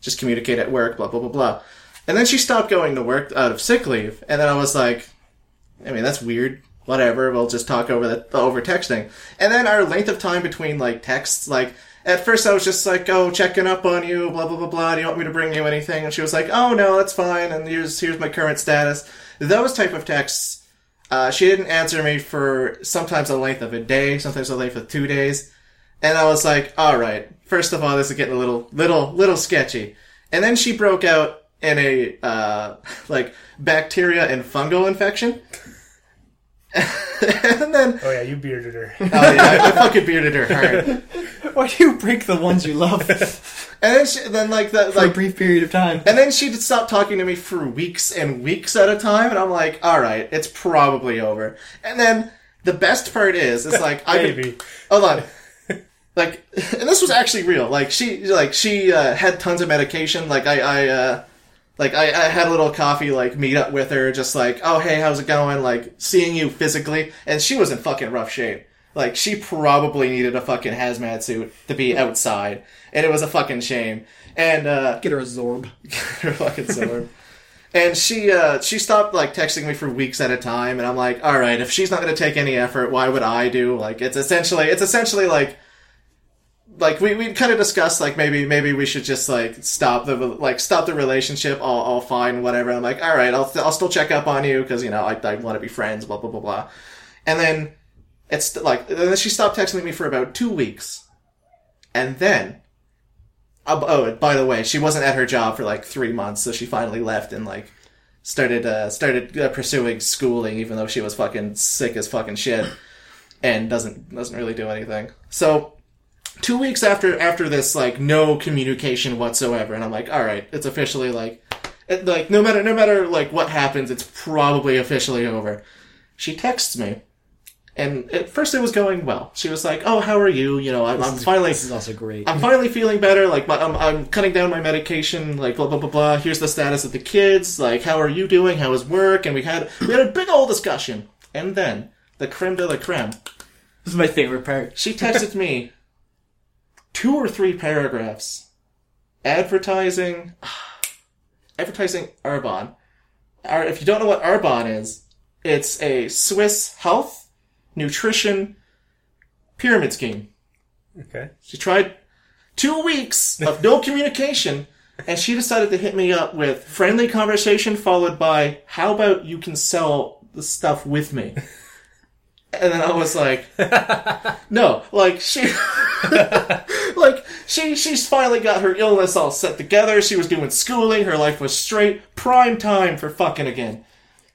[SPEAKER 2] just communicate at work, blah blah blah blah. And then she stopped going to work out of sick leave, and then I was like, I mean, that's weird. Whatever, we'll just talk over the over texting. And then our length of time between like texts, like at first I was just like, oh, checking up on you, blah blah blah blah. Do you want me to bring you anything? And she was like, oh no, that's fine. And here's here's my current status. Those type of texts. Uh, she didn't answer me for sometimes a length of a day, sometimes a length of two days. And I was like, all right, first of all, this is getting a little, little, little sketchy. And then she broke out in a, uh, like bacteria and fungal infection. and then,
[SPEAKER 1] Oh yeah, you bearded her.
[SPEAKER 2] oh yeah, I, I fucking bearded her hard.
[SPEAKER 4] Why do you break the ones you love for
[SPEAKER 2] And then, she, then like the,
[SPEAKER 4] a
[SPEAKER 2] like,
[SPEAKER 4] brief period of time?
[SPEAKER 2] and then she stopped talking to me for weeks and weeks at a time. And I'm like, all right, it's probably over. And then the best part is, it's like, I could-
[SPEAKER 1] Maybe.
[SPEAKER 2] hold on like and this was actually real like she like she uh, had tons of medication like i i uh Like I, I had a little coffee like meet up with her, just like, oh hey, how's it going? Like seeing you physically, and she was in fucking rough shape. Like she probably needed a fucking hazmat suit to be outside, and it was a fucking shame. And uh,
[SPEAKER 4] Get her a Zorb.
[SPEAKER 2] her fucking sword. And she uh, she stopped like texting me for weeks at a time, and I'm like, all right, if she's not going to take any effort, why would I do? Like, it's essentially it's essentially like like we we kind of discussed like maybe maybe we should just like stop the like stop the relationship. I'll I'll find whatever. I'm like, all right, I'll I'll still check up on you because you know I I want to be friends. Blah blah blah blah. And then it's like then she stopped texting me for about two weeks, and then uh, oh, by the way, she wasn't at her job for like three months, so she finally left and like started uh, started uh, pursuing schooling, even though she was fucking sick as fucking shit and doesn't doesn't really do anything. So two weeks after after this, like no communication whatsoever, and I'm like, all right, it's officially like it, like no matter no matter like what happens, it's probably officially over. She texts me. And at first it was going well. She was like, "Oh, how are you? You know, I'm, I'm finally
[SPEAKER 4] This is also great.
[SPEAKER 2] Um, I'm finally feeling better. Like my, I'm, I'm cutting down my medication. Like blah blah blah blah. Here's the status of the kids. Like how are you doing? How is work? And we had we had a big old discussion. And then the creme de la creme.
[SPEAKER 4] This is my favorite part.
[SPEAKER 2] She texted me two or three paragraphs advertising advertising Arbonne. Ar- If you don't know what Arbonne is, it's a Swiss health nutrition pyramid scheme.
[SPEAKER 1] Okay.
[SPEAKER 2] She tried two weeks of no communication, and she decided to hit me up with friendly conversation followed by, how about you can sell the stuff with me? And then I was like, no, like she, like she, she's finally got her illness all set together. She was doing schooling. Her life was straight. Prime time for fucking again.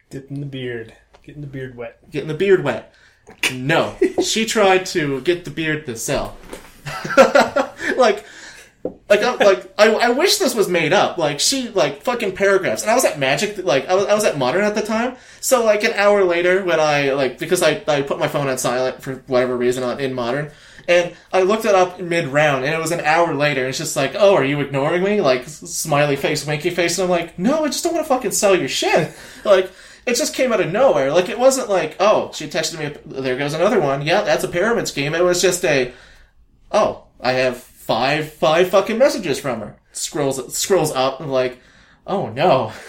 [SPEAKER 1] Dipping the beard. Getting the beard wet.
[SPEAKER 2] Getting the beard wet. No, she tried to get the beard to sell. like like I, like I, I wish this was made up like she like fucking paragraphs and i was at magic like I was, I was at modern at the time so like an hour later when i like because i, I put my phone on silent for whatever reason on in modern and i looked it up mid round and it was an hour later and it's just like oh are you ignoring me like s- smiley face winky face and i'm like no i just don't want to fucking sell your shit like it just came out of nowhere like it wasn't like oh she texted me there goes another one yeah that's a pyramid scheme it was just a oh, I have five five fucking messages from her. Scrolls scrolls up and like, oh no.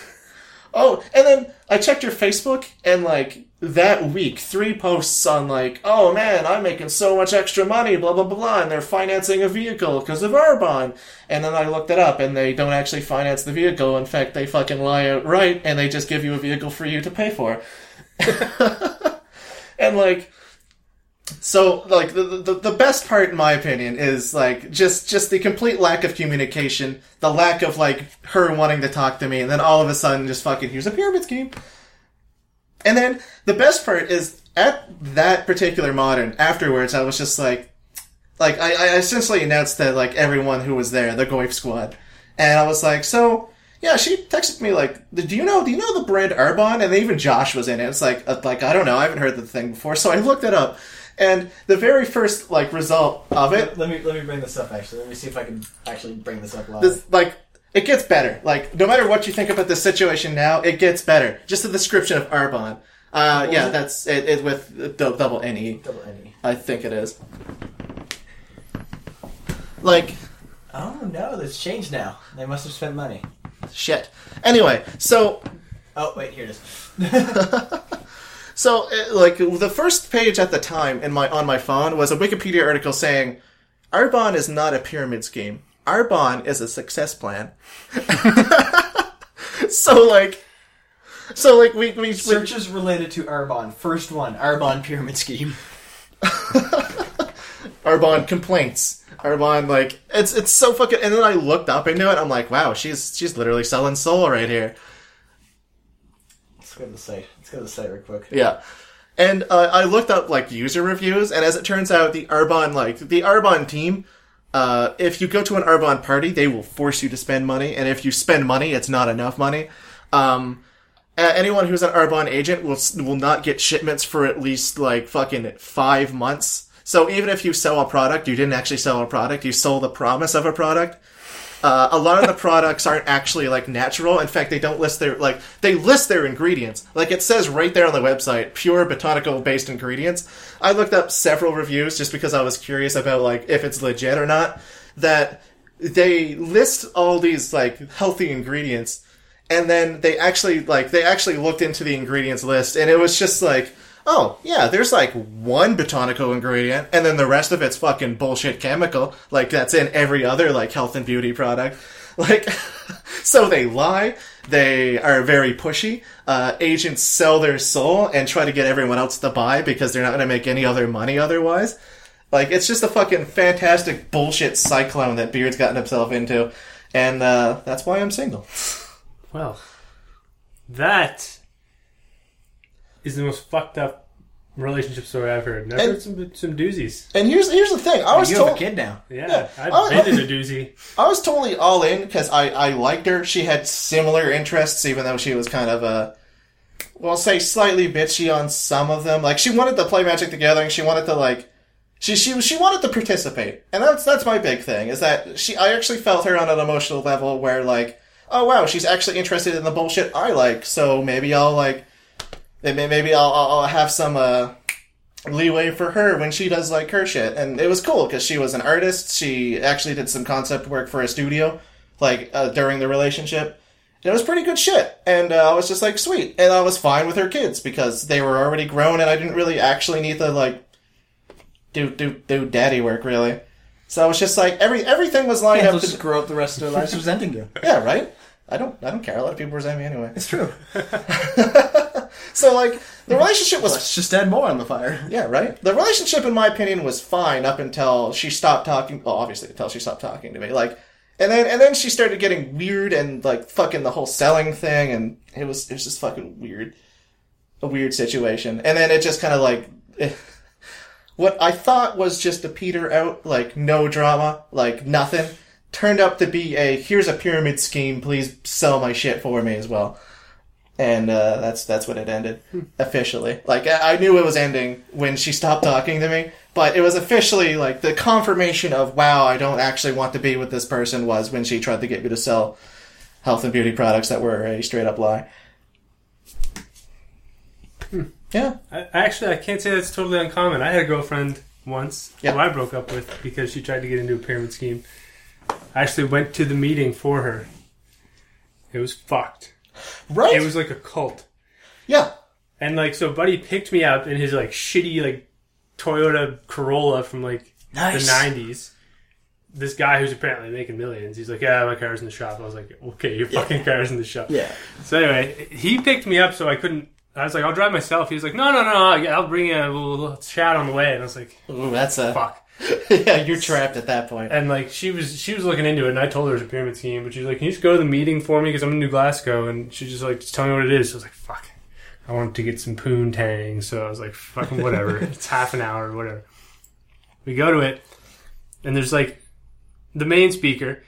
[SPEAKER 2] Oh, and then I checked her Facebook and like that week, three posts on like, oh man, I'm making so much extra money, blah blah blah, blah and they're financing a vehicle because of Arbonne. And then I looked it up, and they don't actually finance the vehicle. In fact, they fucking lie outright, and they just give you a vehicle for you to pay for. and like, so like the, the the best part in my opinion is like just just the complete lack of communication, the lack of like her wanting to talk to me, and then all of a sudden just fucking here's a pyramid scheme. And then the best part is at that particular modern afterwards, I was just like, like I, I essentially announced that like everyone who was there, the Goif squad, and I was like, so yeah, she texted me like, do you know do you know the brand Arbonne? And even Josh was in it. It's like uh, like I don't know, I haven't heard the thing before, so I looked it up, and the very first like result of it
[SPEAKER 4] Let me let me bring this up. Actually, let me see if I can actually bring this up live.
[SPEAKER 2] this like it gets better. Like no matter what you think about this situation now, it gets better. Just the description of Arbon. Uh, yeah, that's it, it with dou- double N E.
[SPEAKER 4] Double N E.
[SPEAKER 2] I think it is. Like
[SPEAKER 4] Oh no, that's changed now. They must have spent money.
[SPEAKER 2] shit. Anyway, so
[SPEAKER 4] Oh wait, here it is.
[SPEAKER 2] So, uh, like, the first page at the time in my on my phone was a Wikipedia article saying, "Arbonne is not a pyramid scheme. Arbonne is a success plan." so, like, so like we we, we
[SPEAKER 4] Searches related to Arbon. First one, Arbon pyramid scheme.
[SPEAKER 2] Arbonne complaints. Arbonne like it's it's so fucking. And then I looked up into it. I'm like, wow, she's she's literally selling soul right here.
[SPEAKER 4] Let's go to the site. Let's go to the site real quick.
[SPEAKER 2] Yeah. And uh, I looked up like user reviews, and as it turns out, the Arbon like the Arbon team, uh, if you go to an Arbon party, they will force you to spend money, and if you spend money, it's not enough money. Um, a- anyone who's an Arbon agent will s- will not get shipments for at least like fucking five months. So even if you sell a product, you didn't actually sell a product; you sold the promise of a product. Uh, a lot of the products aren't actually like natural. In fact, they don't list their like they list their ingredients. Like it says right there on the website, pure botanical based ingredients. I looked up several reviews just because I was curious about like if it's legit or not. That they list all these like healthy ingredients, and then they actually like they actually looked into the ingredients list, and it was just like. Oh yeah, there's like one botanical ingredient, and then the rest of it's fucking bullshit chemical. Like that's in every other like health and beauty product. Like, so they lie. They are very pushy. Uh, agents sell their soul and try to get everyone else to buy because they're not going to make any other money otherwise. Like it's just a fucking fantastic bullshit cyclone that Beard's gotten himself into, and uh, that's why I'm single.
[SPEAKER 1] Well, that is the most fucked up relationship story I've heard. And I've
[SPEAKER 2] And-
[SPEAKER 1] heard some some doozies.
[SPEAKER 2] And here's here's the thing. I was
[SPEAKER 3] you
[SPEAKER 2] told
[SPEAKER 3] have a kid now.
[SPEAKER 1] Yeah,
[SPEAKER 2] Yeah. Oh,
[SPEAKER 1] I've been in a doozy.
[SPEAKER 2] I was totally all in because I, I liked her. She had similar interests, even though she was kind of a, well, say slightly bitchy on some of them. Like she wanted to play Magic the Gathering. She wanted to like, she she she wanted to participate, and that's that's my big thing is that she I actually felt her on an emotional level where like, oh wow, she's actually interested in the bullshit I like. So maybe I'll like, may- maybe I'll I'll, I'll have some uh leeway for her when she does like her shit and it was cool because she was an artist she actually did some concept work for a studio like uh, during the relationship and it was pretty good shit and uh, i was just like sweet and i was fine with her kids because they were already grown and i didn't really actually need to like do do do daddy work really so i was just like every everything was lined
[SPEAKER 4] They'll
[SPEAKER 2] up to-
[SPEAKER 4] just grow up the rest of their lives resenting you.
[SPEAKER 2] yeah right i don't i don't care a lot of people resent me anyway
[SPEAKER 4] It's true.
[SPEAKER 2] so like the relationship was
[SPEAKER 3] Let's just add more on the fire.
[SPEAKER 2] Yeah, right. The relationship, in my opinion, was fine up until she stopped talking. Well, obviously, until she stopped talking to me. Like, and then and then she started getting weird and like fucking the whole selling thing, and it was it was just fucking weird, a weird situation. And then it just kind of like. What I thought was just a peter out, like no drama, like nothing, turned up to be a here's a pyramid scheme. Please sell my shit for me as well and uh, that's that's when it ended officially. Like I, I knew it was ending when she stopped talking to me, but it was officially like the confirmation of wow, I don't actually want to be with this person was when she tried to get me to sell health and beauty products that were a straight up lie. Yeah,
[SPEAKER 1] I, actually, I can't say that's totally uncommon. I had a girlfriend once
[SPEAKER 2] Yeah.
[SPEAKER 1] who I broke up with because she tried to get into a pyramid scheme. I actually went to the meeting for her. It was fucked.
[SPEAKER 2] right.
[SPEAKER 1] It was like a cult.
[SPEAKER 2] yeah,
[SPEAKER 1] And like, so Buddy picked me up in his like shitty like Toyota Corolla from like
[SPEAKER 3] Nice.
[SPEAKER 1] the '90s. This guy who's apparently making millions, he's like, "Yeah, my car's in the shop." I was like, "Okay, your fucking car's in the shop."
[SPEAKER 3] Yeah.
[SPEAKER 1] So anyway, he picked me up, so I couldn't. I was like, "I'll drive myself." He was like, "No, no, no, I'll bring you. We'll, we'll chat on the way." And I was like,
[SPEAKER 2] Ooh, that's a
[SPEAKER 1] "Fuck."
[SPEAKER 2] yeah. You're trapped at that point.
[SPEAKER 1] And like, she was she was looking into it, and I told her it was a pyramid scheme, but she was like, "Can you just go to the meeting for me? Because I'm in New Glasgow." And she just like, "Just tell me what it is." So I was like, "Fuck." I wanted to get some poontang, so I was like, "Fucking whatever." it's half an hour, whatever. We go to it, and there's like the main speaker,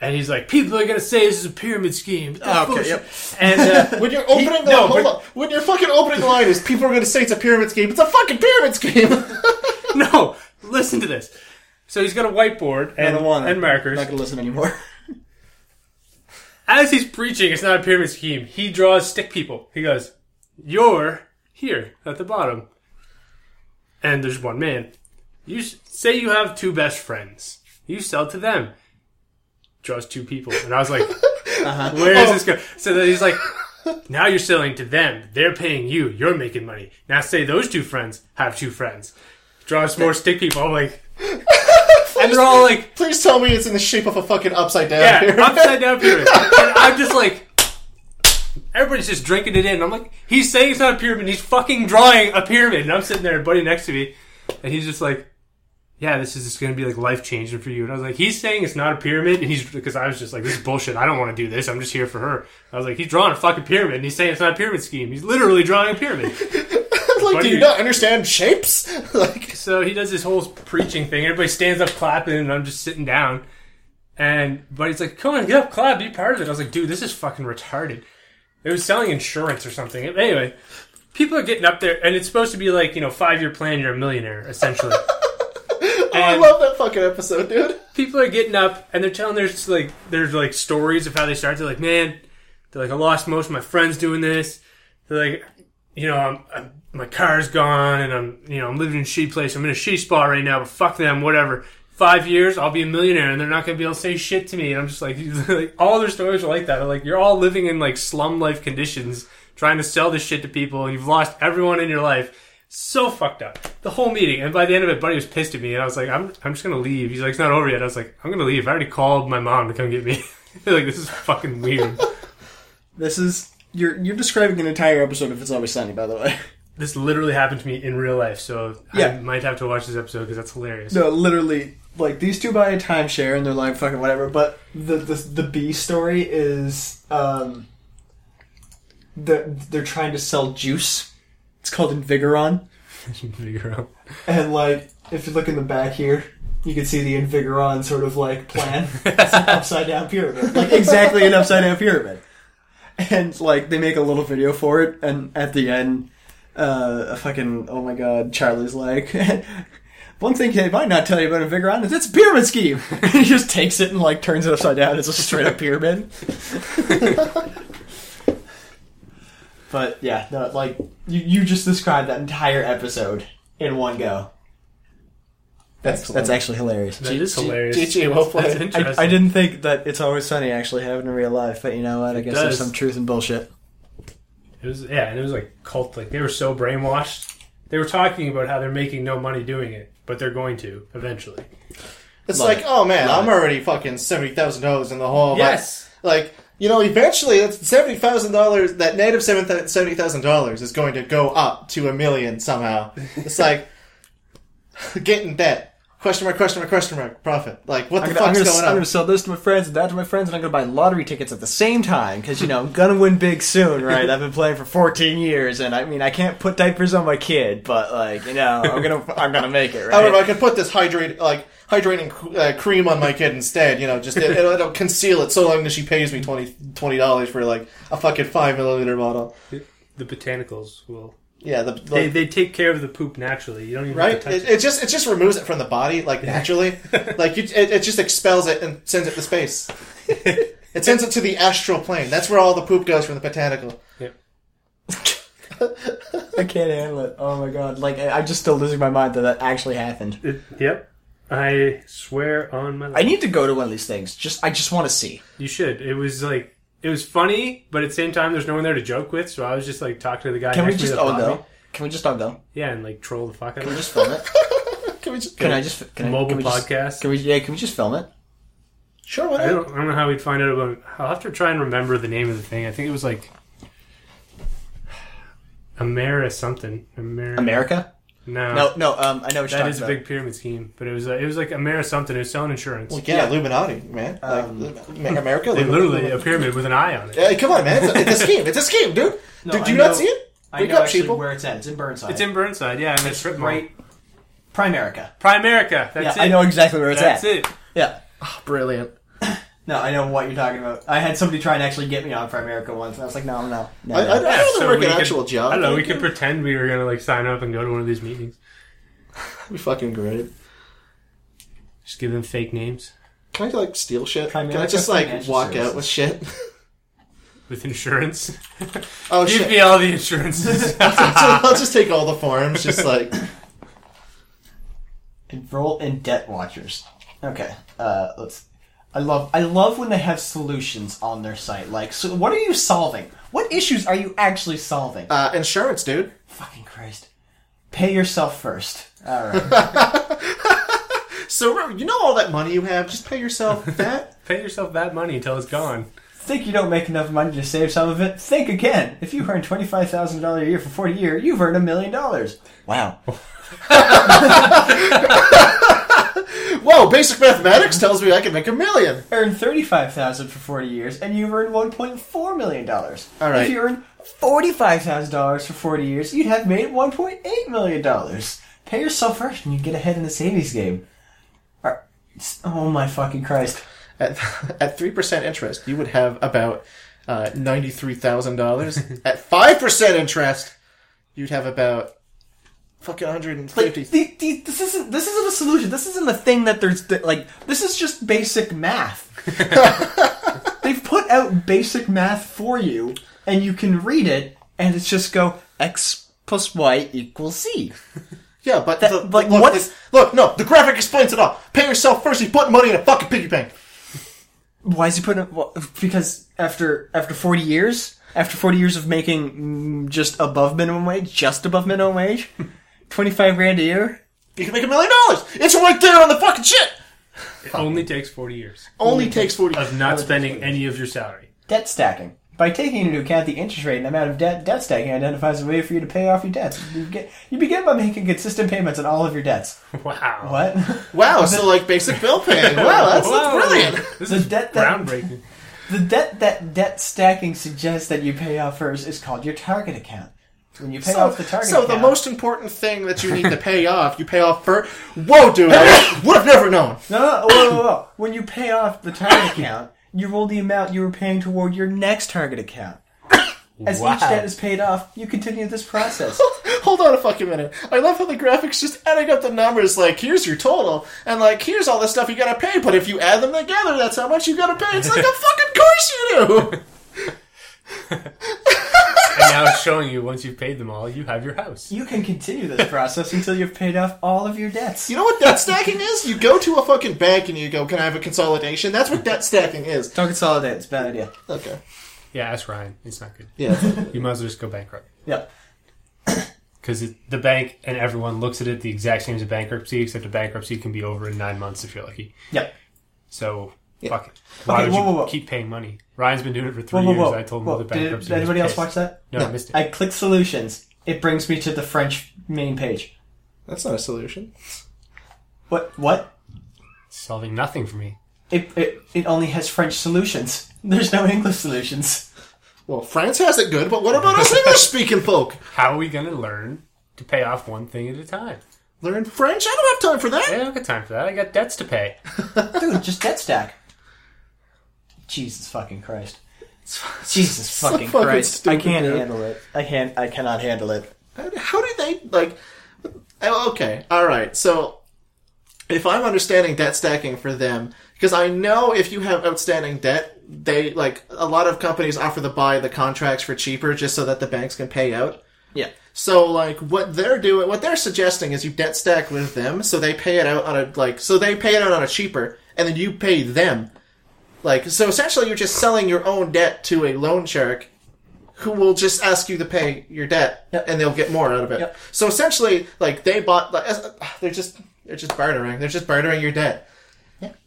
[SPEAKER 1] and he's like, "People are gonna say this is a pyramid scheme."
[SPEAKER 3] Oh, Okay, yep.
[SPEAKER 1] And uh,
[SPEAKER 2] When you're opening,
[SPEAKER 1] no,
[SPEAKER 2] line, hold
[SPEAKER 1] but-
[SPEAKER 2] on. When your fucking opening line is people are going to say it's a pyramid scheme. It's a fucking pyramid scheme.
[SPEAKER 1] No, listen to this. So he's got a whiteboard and,
[SPEAKER 4] Another one.
[SPEAKER 1] and markers.
[SPEAKER 4] Not gonna listen anymore.
[SPEAKER 1] As he's preaching, it's not a pyramid scheme. He draws stick people. He goes, "You're here at the bottom," and there's one man. You s- say you have two best friends. You sell to them. Draws two people, and I was like, "Where is this going?" So then he's like, "Now you're selling to them. They're paying you. You're making money. Now say those two friends have two friends." Draws more stick people. I'm like, and they're all like,
[SPEAKER 2] Please tell me it's in the shape of a fucking upside down.
[SPEAKER 1] yeah,
[SPEAKER 2] pyramid.
[SPEAKER 1] upside down pyramid. And I'm just like, everybody's just drinking it in. I'm like, he's saying it's not a pyramid. He's fucking drawing a pyramid. And I'm sitting there, buddy next to me, and he's just like, yeah, this is just going to be like life changing for you. And I was like, he's saying it's not a pyramid. And he's, because I was just like, this is bullshit. I don't want to do this. I'm just here for her. I was like, he's drawing a fucking pyramid and he's saying it's not a pyramid scheme. He's literally drawing a pyramid.
[SPEAKER 2] like, do you
[SPEAKER 1] Funny.
[SPEAKER 2] not understand shapes? like,
[SPEAKER 1] So he does this whole preaching thing. Everybody stands up clapping, and I'm just sitting down. And but he's like, "Come on, get up, clap, be part of it." I was like, "Dude, this is fucking retarded." It was selling insurance or something. Anyway, people are getting up there, and it's supposed to be like you know five year plan, you're a millionaire essentially.
[SPEAKER 2] Oh, I
[SPEAKER 1] And-
[SPEAKER 2] love that fucking episode, dude.
[SPEAKER 1] people are getting up and they're telling their like their like stories of how they started. They're like, man, they're like, I lost most of my friends doing this. They're like, you know, I'm, I'm my car's gone and I'm you know I'm living in a shitty place. I'm in a shitty spot right now, but fuck them, whatever. Five years, I'll be a millionaire, and they're not gonna be able to say shit to me. And I'm just like, like all their stories are like that. They're like, you're all living in like slum life conditions, trying to sell this shit to people, and you've lost everyone in your life so fucked up. The whole meeting. And by the end of it, Buddy was pissed at me. And I was like, I'm, I'm just going to leave. He's like, it's not over yet. I was like, I'm going to leave. I already called my mom to come get me. like, this is fucking weird.
[SPEAKER 3] This is you're you're describing an entire episode of It's Always Sunny, by the way.
[SPEAKER 1] this literally happened to me in real life. So I
[SPEAKER 3] Yeah.
[SPEAKER 1] might have to watch this episode because that's hilarious.
[SPEAKER 3] No, literally, like these two buy a timeshare and they're like fucking whatever. But the the the B story is um, they're they're trying to sell juice. It's called Invigoron,
[SPEAKER 1] Figure out.
[SPEAKER 3] and like if you look in the back here. You can see the Invigoron sort of like plan. It's an upside down pyramid. Like exactly an upside down pyramid. And like they make a little video for it and at the end uh a fucking oh my god, Charlie's like One thing they might not tell you about Invigoron is it's a pyramid scheme. he just takes it and like turns it upside down. It's a straight up pyramid. but yeah, no, like you, you just described that entire episode in one go. That's that's actually hilarious.
[SPEAKER 1] That's
[SPEAKER 2] Jesus,
[SPEAKER 1] hilarious.
[SPEAKER 2] GG, well played.
[SPEAKER 1] That's
[SPEAKER 2] I-
[SPEAKER 1] interesting.
[SPEAKER 3] I, I didn't think that it's always funny actually happened in real life, but you know what? I guess
[SPEAKER 1] does.
[SPEAKER 3] there's some truth in bullshit.
[SPEAKER 1] It was yeah, and it was like cult. Like they were so brainwashed. They were talking about how they're making no money doing it, but they're going to eventually.
[SPEAKER 2] It's
[SPEAKER 3] Love
[SPEAKER 2] like,
[SPEAKER 3] it.
[SPEAKER 2] oh man,
[SPEAKER 3] Love
[SPEAKER 2] I'm already fucking seventy thousand dollars in the hole.
[SPEAKER 1] Yes.
[SPEAKER 2] Like, like, you know, eventually that's seventy thousand dollars. That net of seventy thousand dollars is going to go up to a million somehow. It's like get in debt. Question mark? Question mark? Question mark? Profit. Like, what the
[SPEAKER 3] I'm gonna, I'm
[SPEAKER 2] fuck's
[SPEAKER 3] gonna-
[SPEAKER 2] going
[SPEAKER 3] I'm
[SPEAKER 2] on?
[SPEAKER 3] gonna sell this to my friends and that to my friends, and I'm gonna buy lottery tickets at the same time because you know I'm gonna win big soon, right? I've been playing for 14 years, and I mean I can't put diapers on my kid, but like you know I'm gonna I'm gonna make it,
[SPEAKER 2] However, I
[SPEAKER 3] right?
[SPEAKER 2] could put this hydrate like hydrating cr- uh, cream on my kid instead. You know, just it, it'll, it'll conceal it so long as she pays me 20 dollars for like a fucking five milliliter bottle.
[SPEAKER 1] The botanicals will.
[SPEAKER 2] Yeah, the, like,
[SPEAKER 1] They, they take care of the poop naturally. You don't even have
[SPEAKER 2] right.
[SPEAKER 1] to touch
[SPEAKER 2] It, it just it just removes it from the body like naturally. like you, it, it just expels it and sends it to space. it sends it to the astral plane. That's where all the poop goes from the botanical.
[SPEAKER 3] I can't handle it. Oh my god! Like I- I'm just still losing my mind that that actually happened.
[SPEAKER 1] It, yep. I swear on my life.
[SPEAKER 3] I need to go to one of these things. Just I just want to see.
[SPEAKER 1] you should. It was like it was funny, but at the same time, there's no one there to joke with. So I was just like talking to the guy.
[SPEAKER 3] Can we
[SPEAKER 1] next to me
[SPEAKER 3] just
[SPEAKER 1] that
[SPEAKER 3] all
[SPEAKER 1] bought
[SPEAKER 3] go?
[SPEAKER 1] me.
[SPEAKER 3] Can we just all go?
[SPEAKER 1] Yeah, and like troll the fuck out of
[SPEAKER 3] Can we
[SPEAKER 1] him.
[SPEAKER 3] just film it?
[SPEAKER 2] Can we just
[SPEAKER 3] Can I just can I,
[SPEAKER 1] Mobile
[SPEAKER 3] can we just-
[SPEAKER 1] podcast.
[SPEAKER 3] Can we? Yeah, can we just film it?
[SPEAKER 2] sure?
[SPEAKER 1] I
[SPEAKER 2] Whatever.
[SPEAKER 1] don't, I don't know how we'd find out about. I'll have to try and remember the name of the thing. I think it was like Amera something. Amera.
[SPEAKER 3] America?
[SPEAKER 1] No,
[SPEAKER 3] No, no. Um, I know what
[SPEAKER 1] that
[SPEAKER 3] you're talking
[SPEAKER 1] is a
[SPEAKER 3] about.
[SPEAKER 1] big pyramid scheme. But it was uh, it was like Amera something. It was selling insurance.
[SPEAKER 2] Well, yeah, Illuminati, man. Like, Ma- America,
[SPEAKER 1] Um, they
[SPEAKER 2] Illuminati.
[SPEAKER 1] literally a pyramid with an eye on it.
[SPEAKER 2] Hey, come on, man! It's a, it's a scheme. It's a scheme, dude. do
[SPEAKER 3] I
[SPEAKER 2] do you
[SPEAKER 3] know-
[SPEAKER 2] not see it?
[SPEAKER 3] I
[SPEAKER 2] Wake
[SPEAKER 3] know
[SPEAKER 2] up,
[SPEAKER 3] actually
[SPEAKER 2] people.
[SPEAKER 3] where it's at. It's in Burnside.
[SPEAKER 1] It's in Burnside. Yeah, and it's strip mall.
[SPEAKER 3] right. Primerica.
[SPEAKER 1] Primerica. That's
[SPEAKER 3] yeah,
[SPEAKER 1] it.
[SPEAKER 3] I know exactly where it's
[SPEAKER 1] That's
[SPEAKER 3] at.
[SPEAKER 1] it.
[SPEAKER 3] Yeah.
[SPEAKER 2] Brilliant.
[SPEAKER 3] No, I know what you're talking about. I had somebody try and actually get me on Primerica once, and I was like, no, no, no.
[SPEAKER 2] I, I, I
[SPEAKER 3] no.
[SPEAKER 2] don't
[SPEAKER 1] Yeah,
[SPEAKER 2] want to
[SPEAKER 1] so
[SPEAKER 2] work
[SPEAKER 1] we
[SPEAKER 2] an
[SPEAKER 1] could-
[SPEAKER 2] actual job.
[SPEAKER 1] I don't know. We could pretend we were gonna like sign up and go to one of these meetings.
[SPEAKER 2] be fucking great.
[SPEAKER 1] Just give them fake names
[SPEAKER 2] Can I like steal shit?
[SPEAKER 3] Primerica
[SPEAKER 2] Can I just like
[SPEAKER 3] Financial
[SPEAKER 2] walk out
[SPEAKER 3] Services.
[SPEAKER 2] with shit?
[SPEAKER 1] with insurance.
[SPEAKER 2] Oh
[SPEAKER 1] Give
[SPEAKER 2] shit!
[SPEAKER 1] me all the insurances.
[SPEAKER 2] I'll just take all the forms. Just like
[SPEAKER 3] Enroll in Debt Watchers. Okay. Uh, let's. I love. I love when they have solutions on their site. Like, so what are you solving? What issues are you actually solving?
[SPEAKER 2] uh, insurance, dude.
[SPEAKER 3] Fucking Christ. Pay yourself first. All right.
[SPEAKER 2] So you know all that money you have, just pay yourself that.
[SPEAKER 1] Pay yourself that money until it's gone.
[SPEAKER 3] Think you don't make enough money to save some of it? Think again. If you earn twenty five thousand dollars a year for forty years, you've earned a million dollars. Wow.
[SPEAKER 2] Whoa! Basic mathematics tells me I can make a million.
[SPEAKER 3] earn thirty-five thousand for forty years, and you've earned one point four million dollars.
[SPEAKER 2] All right.
[SPEAKER 3] If you earn forty-five thousand dollars for forty years, you'd have made one point eight million dollars. Pay yourself first, and you get ahead in the savings game. All right. It's- Oh my fucking Christ!
[SPEAKER 2] At at three percent interest, you would have about uh, ninety three thousand dollars. At five percent interest, you'd have about fucking
[SPEAKER 3] Like,
[SPEAKER 2] 150.
[SPEAKER 3] the, the, this isn't this isn't a solution. This isn't a thing that there's that, like this is just basic math. They've put out basic math for you, and you can read it, and it's just go x plus y equals z.
[SPEAKER 2] yeah, but
[SPEAKER 3] That-
[SPEAKER 2] the,
[SPEAKER 3] like,
[SPEAKER 2] look,
[SPEAKER 3] what
[SPEAKER 2] the-
[SPEAKER 3] is-
[SPEAKER 2] look, no, the graphic explains it all. Pay yourself first. You put money in a fucking piggy bank.
[SPEAKER 3] Why is he putting? it? Well, because after after forty years, after forty years of making mm, just above minimum wage, just above minimum wage, twenty five grand a year.
[SPEAKER 2] You can make a million dollars. It's right there on the fucking shit.
[SPEAKER 1] It only takes 40 years
[SPEAKER 2] Only takes
[SPEAKER 3] Oh,
[SPEAKER 2] 40.
[SPEAKER 3] Uh,
[SPEAKER 1] of not spending any of your salary.
[SPEAKER 3] Debt stacking. By taking into account the interest rate and amount of debt, debt stacking identifies a way for you to pay off your debts. You, get, you begin by making consistent payments on all of your debts.
[SPEAKER 1] Wow.
[SPEAKER 3] What?
[SPEAKER 2] Wow, so like basic bill paying. Wow, that's, that's
[SPEAKER 1] Whoa.
[SPEAKER 2] brilliant.
[SPEAKER 1] This
[SPEAKER 3] The
[SPEAKER 1] is
[SPEAKER 3] debt that-
[SPEAKER 1] groundbreaking.
[SPEAKER 3] The debt that debt stacking suggests that you pay off first is called your target account. When you pay off the target
[SPEAKER 2] so the
[SPEAKER 3] account-
[SPEAKER 2] most important thing that you need to pay off, you pay off for. Whoa, dude! I would have never known.
[SPEAKER 3] No, no, whoa, whoa, whoa. When you pay off the target account, you roll the amount you were paying toward your next target account. As
[SPEAKER 1] Wow.
[SPEAKER 3] each debt is paid off, you continue this process.
[SPEAKER 2] Hold on a fucking minute. I love how the graphics just adding up the numbers. Like, here's your total, and like, here's all the stuff you gotta pay. But if you add them together, that's how much you gotta pay. It's like a fucking course you do.
[SPEAKER 1] And now it's showing you once you've paid them all, you have your house.
[SPEAKER 3] you can continue this process until you've paid off all of your debts.
[SPEAKER 2] You know what debt stacking is? You go to a fucking bank and you go, "Can I have a consolidation?" That's what debt stacking is.
[SPEAKER 3] Don't consolidate. It's a bad idea.
[SPEAKER 2] Okay.
[SPEAKER 1] Yeah, ask Ryan. It's not good.
[SPEAKER 2] Yeah.
[SPEAKER 1] You might as well just go bankrupt.
[SPEAKER 3] Yep.
[SPEAKER 1] Because the bank and everyone looks at it the exact same as a bankruptcy, except a bankruptcy can be over in nine months if you're lucky.
[SPEAKER 3] Yep.
[SPEAKER 1] So, fuck it. Why
[SPEAKER 3] Okay,
[SPEAKER 1] would
[SPEAKER 3] whoa,
[SPEAKER 1] you
[SPEAKER 3] whoa, whoa.
[SPEAKER 1] keep paying money? Ryan's been doing it for three
[SPEAKER 3] Whoa, whoa, whoa.
[SPEAKER 1] years. I told him
[SPEAKER 3] whoa.
[SPEAKER 1] the
[SPEAKER 3] Did,
[SPEAKER 1] bankruptcy.
[SPEAKER 3] did anybody else watch that?
[SPEAKER 1] No, I missed it.
[SPEAKER 3] I click solutions. It brings me to the French main page.
[SPEAKER 2] That's not a solution.
[SPEAKER 3] What? What?
[SPEAKER 1] It's solving nothing for me.
[SPEAKER 3] It, it, it only has French solutions. There's no English solutions.
[SPEAKER 2] Well, France has it good, but what about us English speaking folk?
[SPEAKER 1] How are we going to learn to pay off one thing at a time?
[SPEAKER 2] Learn French? I don't have time for
[SPEAKER 1] I
[SPEAKER 2] that.
[SPEAKER 1] don't got time for that. I got debts to pay.
[SPEAKER 3] Dude, just debt stack. Jesus fucking Christ. Jesus
[SPEAKER 2] so
[SPEAKER 3] fucking,
[SPEAKER 2] fucking
[SPEAKER 3] Christ.
[SPEAKER 2] stupid,
[SPEAKER 3] I can't
[SPEAKER 2] dude.
[SPEAKER 3] handle it. I can't I cannot handle it.
[SPEAKER 2] How do they like? oh, Okay, all right. So, if I'm understanding debt stacking for them, because I know if you have outstanding debt, they like a lot of companies offer to buy the contracts for cheaper just so that the banks can pay out.
[SPEAKER 3] Yeah.
[SPEAKER 2] So like what they're doing, what they're suggesting is you debt stack with them, so they pay it out on a like, so they pay it out on a cheaper, and then you pay them. Like so, essentially, you're just selling your own debt to a loan shark, who will just ask you to pay your debt,
[SPEAKER 3] Yep.
[SPEAKER 2] and they'll get more out of it.
[SPEAKER 3] Yep.
[SPEAKER 2] So essentially, like they bought, like, as- they're just they're just bartering, they're just bartering your debt.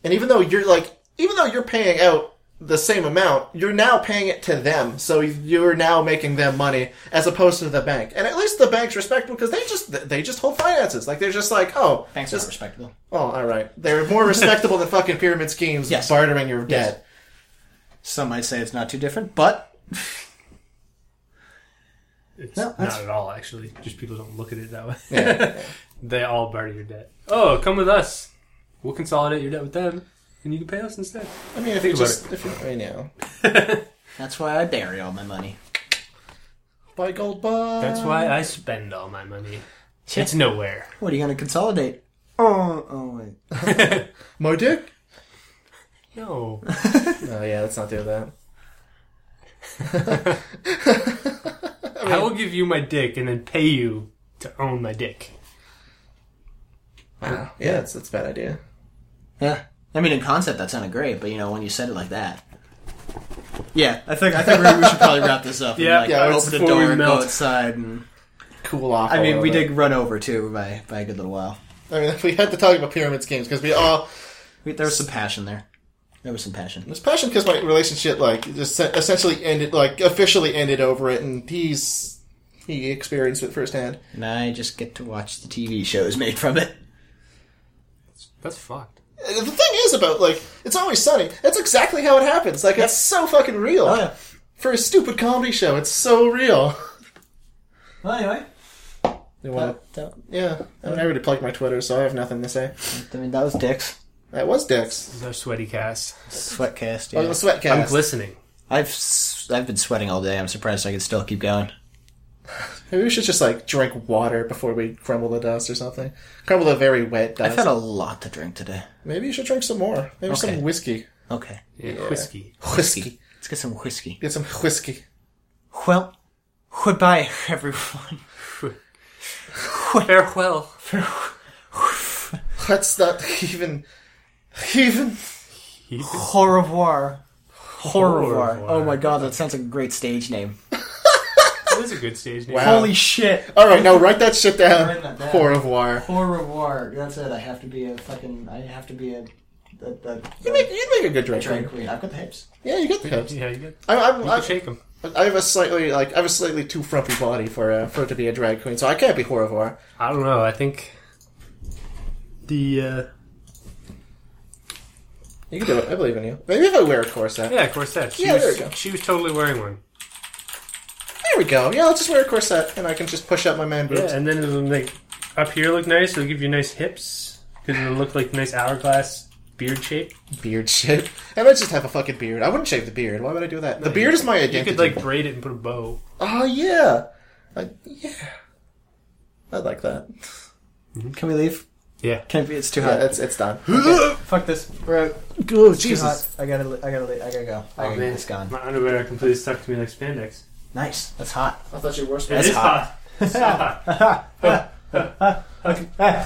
[SPEAKER 2] And even though you're like, even though you're paying out the same amount, you're now paying it to them. So you're now making them money as opposed to the bank. And at least the bank's respectable because they just they just hold finances. Like they're just like, oh,
[SPEAKER 3] Thanks
[SPEAKER 2] just,
[SPEAKER 3] for respectable.
[SPEAKER 2] oh, all right. They're more respectable than fucking pyramid schemes
[SPEAKER 3] Yes.
[SPEAKER 2] bartering your debt.
[SPEAKER 3] Some might say it's not too different, but
[SPEAKER 1] It's
[SPEAKER 3] No,
[SPEAKER 1] not
[SPEAKER 3] that's-
[SPEAKER 1] at all, actually. Just people don't look at it that way. they all burn your debt. Oh, come with us. We'll consolidate your debt with them, and you can pay us instead.
[SPEAKER 2] I mean, if you
[SPEAKER 1] Think about
[SPEAKER 2] just if you, I mean, you know,
[SPEAKER 3] that's why I bury all my money.
[SPEAKER 2] buy gold bars.
[SPEAKER 1] That's why I spend all my money. It's nowhere.
[SPEAKER 3] What are you gonna consolidate? Oh oh wait.
[SPEAKER 2] my dick.
[SPEAKER 1] No.
[SPEAKER 2] Oh yeah, let's not do that.
[SPEAKER 1] I will give you my dick and then pay you to own my dick.
[SPEAKER 2] Wow. Yeah, that's that's a bad idea.
[SPEAKER 3] Yeah. I mean in concept that sounded great, but you know, when you said it like that. Yeah, I think I think we- we should probably wrap this up.
[SPEAKER 1] Yeah.
[SPEAKER 3] and, like,
[SPEAKER 2] Yeah, it's
[SPEAKER 3] open the
[SPEAKER 1] before we
[SPEAKER 3] door and go
[SPEAKER 1] melt.
[SPEAKER 3] outside. And
[SPEAKER 2] Cool off.
[SPEAKER 3] I
[SPEAKER 2] a
[SPEAKER 3] mean,
[SPEAKER 2] little
[SPEAKER 3] we
[SPEAKER 2] bit.
[SPEAKER 3] did run over too by by a good little while.
[SPEAKER 2] I mean, we had to talk about pyramid schemes because we all
[SPEAKER 3] We, there was some passion there. There was some passion.
[SPEAKER 2] It's passion because my relationship, like, just se- essentially ended, like, officially ended over it, and he's he experienced it firsthand.
[SPEAKER 3] And I just get to watch the TV shows made from it.
[SPEAKER 1] That's fucked.
[SPEAKER 2] And the thing is about like, it's always sunny. That's exactly how it happens. Like, it's so fucking real
[SPEAKER 3] Oh,
[SPEAKER 2] for a stupid comedy show. It's so real.
[SPEAKER 3] Well, anyway.
[SPEAKER 2] They wanna- yeah, I, mean, I already plugged my Twitter, so I have nothing to say.
[SPEAKER 3] I mean, that was Dick's
[SPEAKER 2] That was Dex.
[SPEAKER 1] This is our sweaty cast.
[SPEAKER 3] sweatcast.
[SPEAKER 2] Welcome to
[SPEAKER 3] Yeah.
[SPEAKER 2] Sweatcast.
[SPEAKER 1] I'm glistening.
[SPEAKER 3] I've s- I've been sweating all day. I'm surprised I could still keep going.
[SPEAKER 2] Maybe we should just like drink water before we crumble the dust or something. Crumble the very wet
[SPEAKER 3] I've
[SPEAKER 2] dust.
[SPEAKER 3] had a lot to drink today.
[SPEAKER 2] Maybe you should drink some more. Maybe
[SPEAKER 3] Okay.
[SPEAKER 2] some whiskey.
[SPEAKER 3] Okay.
[SPEAKER 1] Yeah, whiskey.
[SPEAKER 2] Whiskey.
[SPEAKER 3] Let's get some whiskey.
[SPEAKER 2] Get some whiskey.
[SPEAKER 3] Well, goodbye, everyone.
[SPEAKER 1] Farewell.
[SPEAKER 2] That's not even. Even.
[SPEAKER 3] Au revoir. Au revoir.
[SPEAKER 1] revoir.
[SPEAKER 3] Oh my god, that sounds like a great stage name.
[SPEAKER 1] That is a good stage name.
[SPEAKER 2] Wow.
[SPEAKER 3] Holy shit.
[SPEAKER 2] Alright, now write that shit down.
[SPEAKER 3] Write that down.
[SPEAKER 2] Au revoir.
[SPEAKER 3] Au revoir. That's it. I have to be a fucking. I have to be a. a, a,
[SPEAKER 2] You make, you make a good
[SPEAKER 3] a
[SPEAKER 2] drink.
[SPEAKER 3] drag queen. I've got the hips.
[SPEAKER 2] Yeah, you got the hips.
[SPEAKER 1] Yeah, you get.
[SPEAKER 2] I, I'm,
[SPEAKER 1] You can
[SPEAKER 2] I'm,
[SPEAKER 1] shake him.
[SPEAKER 2] I have a slightly like I have a slightly too frumpy body for uh, for it to be a drag queen, so I can't be au revoir.
[SPEAKER 1] I don't know. I think the uh,
[SPEAKER 2] You can do it. I believe in you. Maybe if I wear a corset.
[SPEAKER 1] yeah corset. She
[SPEAKER 2] Yeah,
[SPEAKER 1] was,
[SPEAKER 2] there we go.
[SPEAKER 1] She was totally wearing one.
[SPEAKER 2] There we go. Yeah, let's just wear a corset, and I can just push up my man boobs.
[SPEAKER 1] Yeah, and then it'll make up here look nice. It'll give you nice hips because it'll look like nice hourglass beard shape.
[SPEAKER 2] Beard shape. I might just have a fucking beard. I wouldn't shave the beard. Why would I do that? The beard is my
[SPEAKER 1] You
[SPEAKER 2] identity.
[SPEAKER 1] could like braid it and put a bow.
[SPEAKER 2] oh yeah, I, yeah. I like that.
[SPEAKER 3] Mm-hmm. Can we leave?
[SPEAKER 1] Yeah.
[SPEAKER 3] Can't be. It's too
[SPEAKER 2] Yeah,
[SPEAKER 3] hot.
[SPEAKER 2] it's it's done.
[SPEAKER 3] Fuck this. We're out.
[SPEAKER 2] Oh
[SPEAKER 3] It's too hot. I gotta. li- I gotta. li- I gotta go. I gotta get this gone.
[SPEAKER 1] My underwear completely stuck to me like spandex.
[SPEAKER 3] Nice. That's hot.
[SPEAKER 2] I thought you were
[SPEAKER 1] It is
[SPEAKER 3] hot.
[SPEAKER 1] hot. It's hot.
[SPEAKER 3] Okay.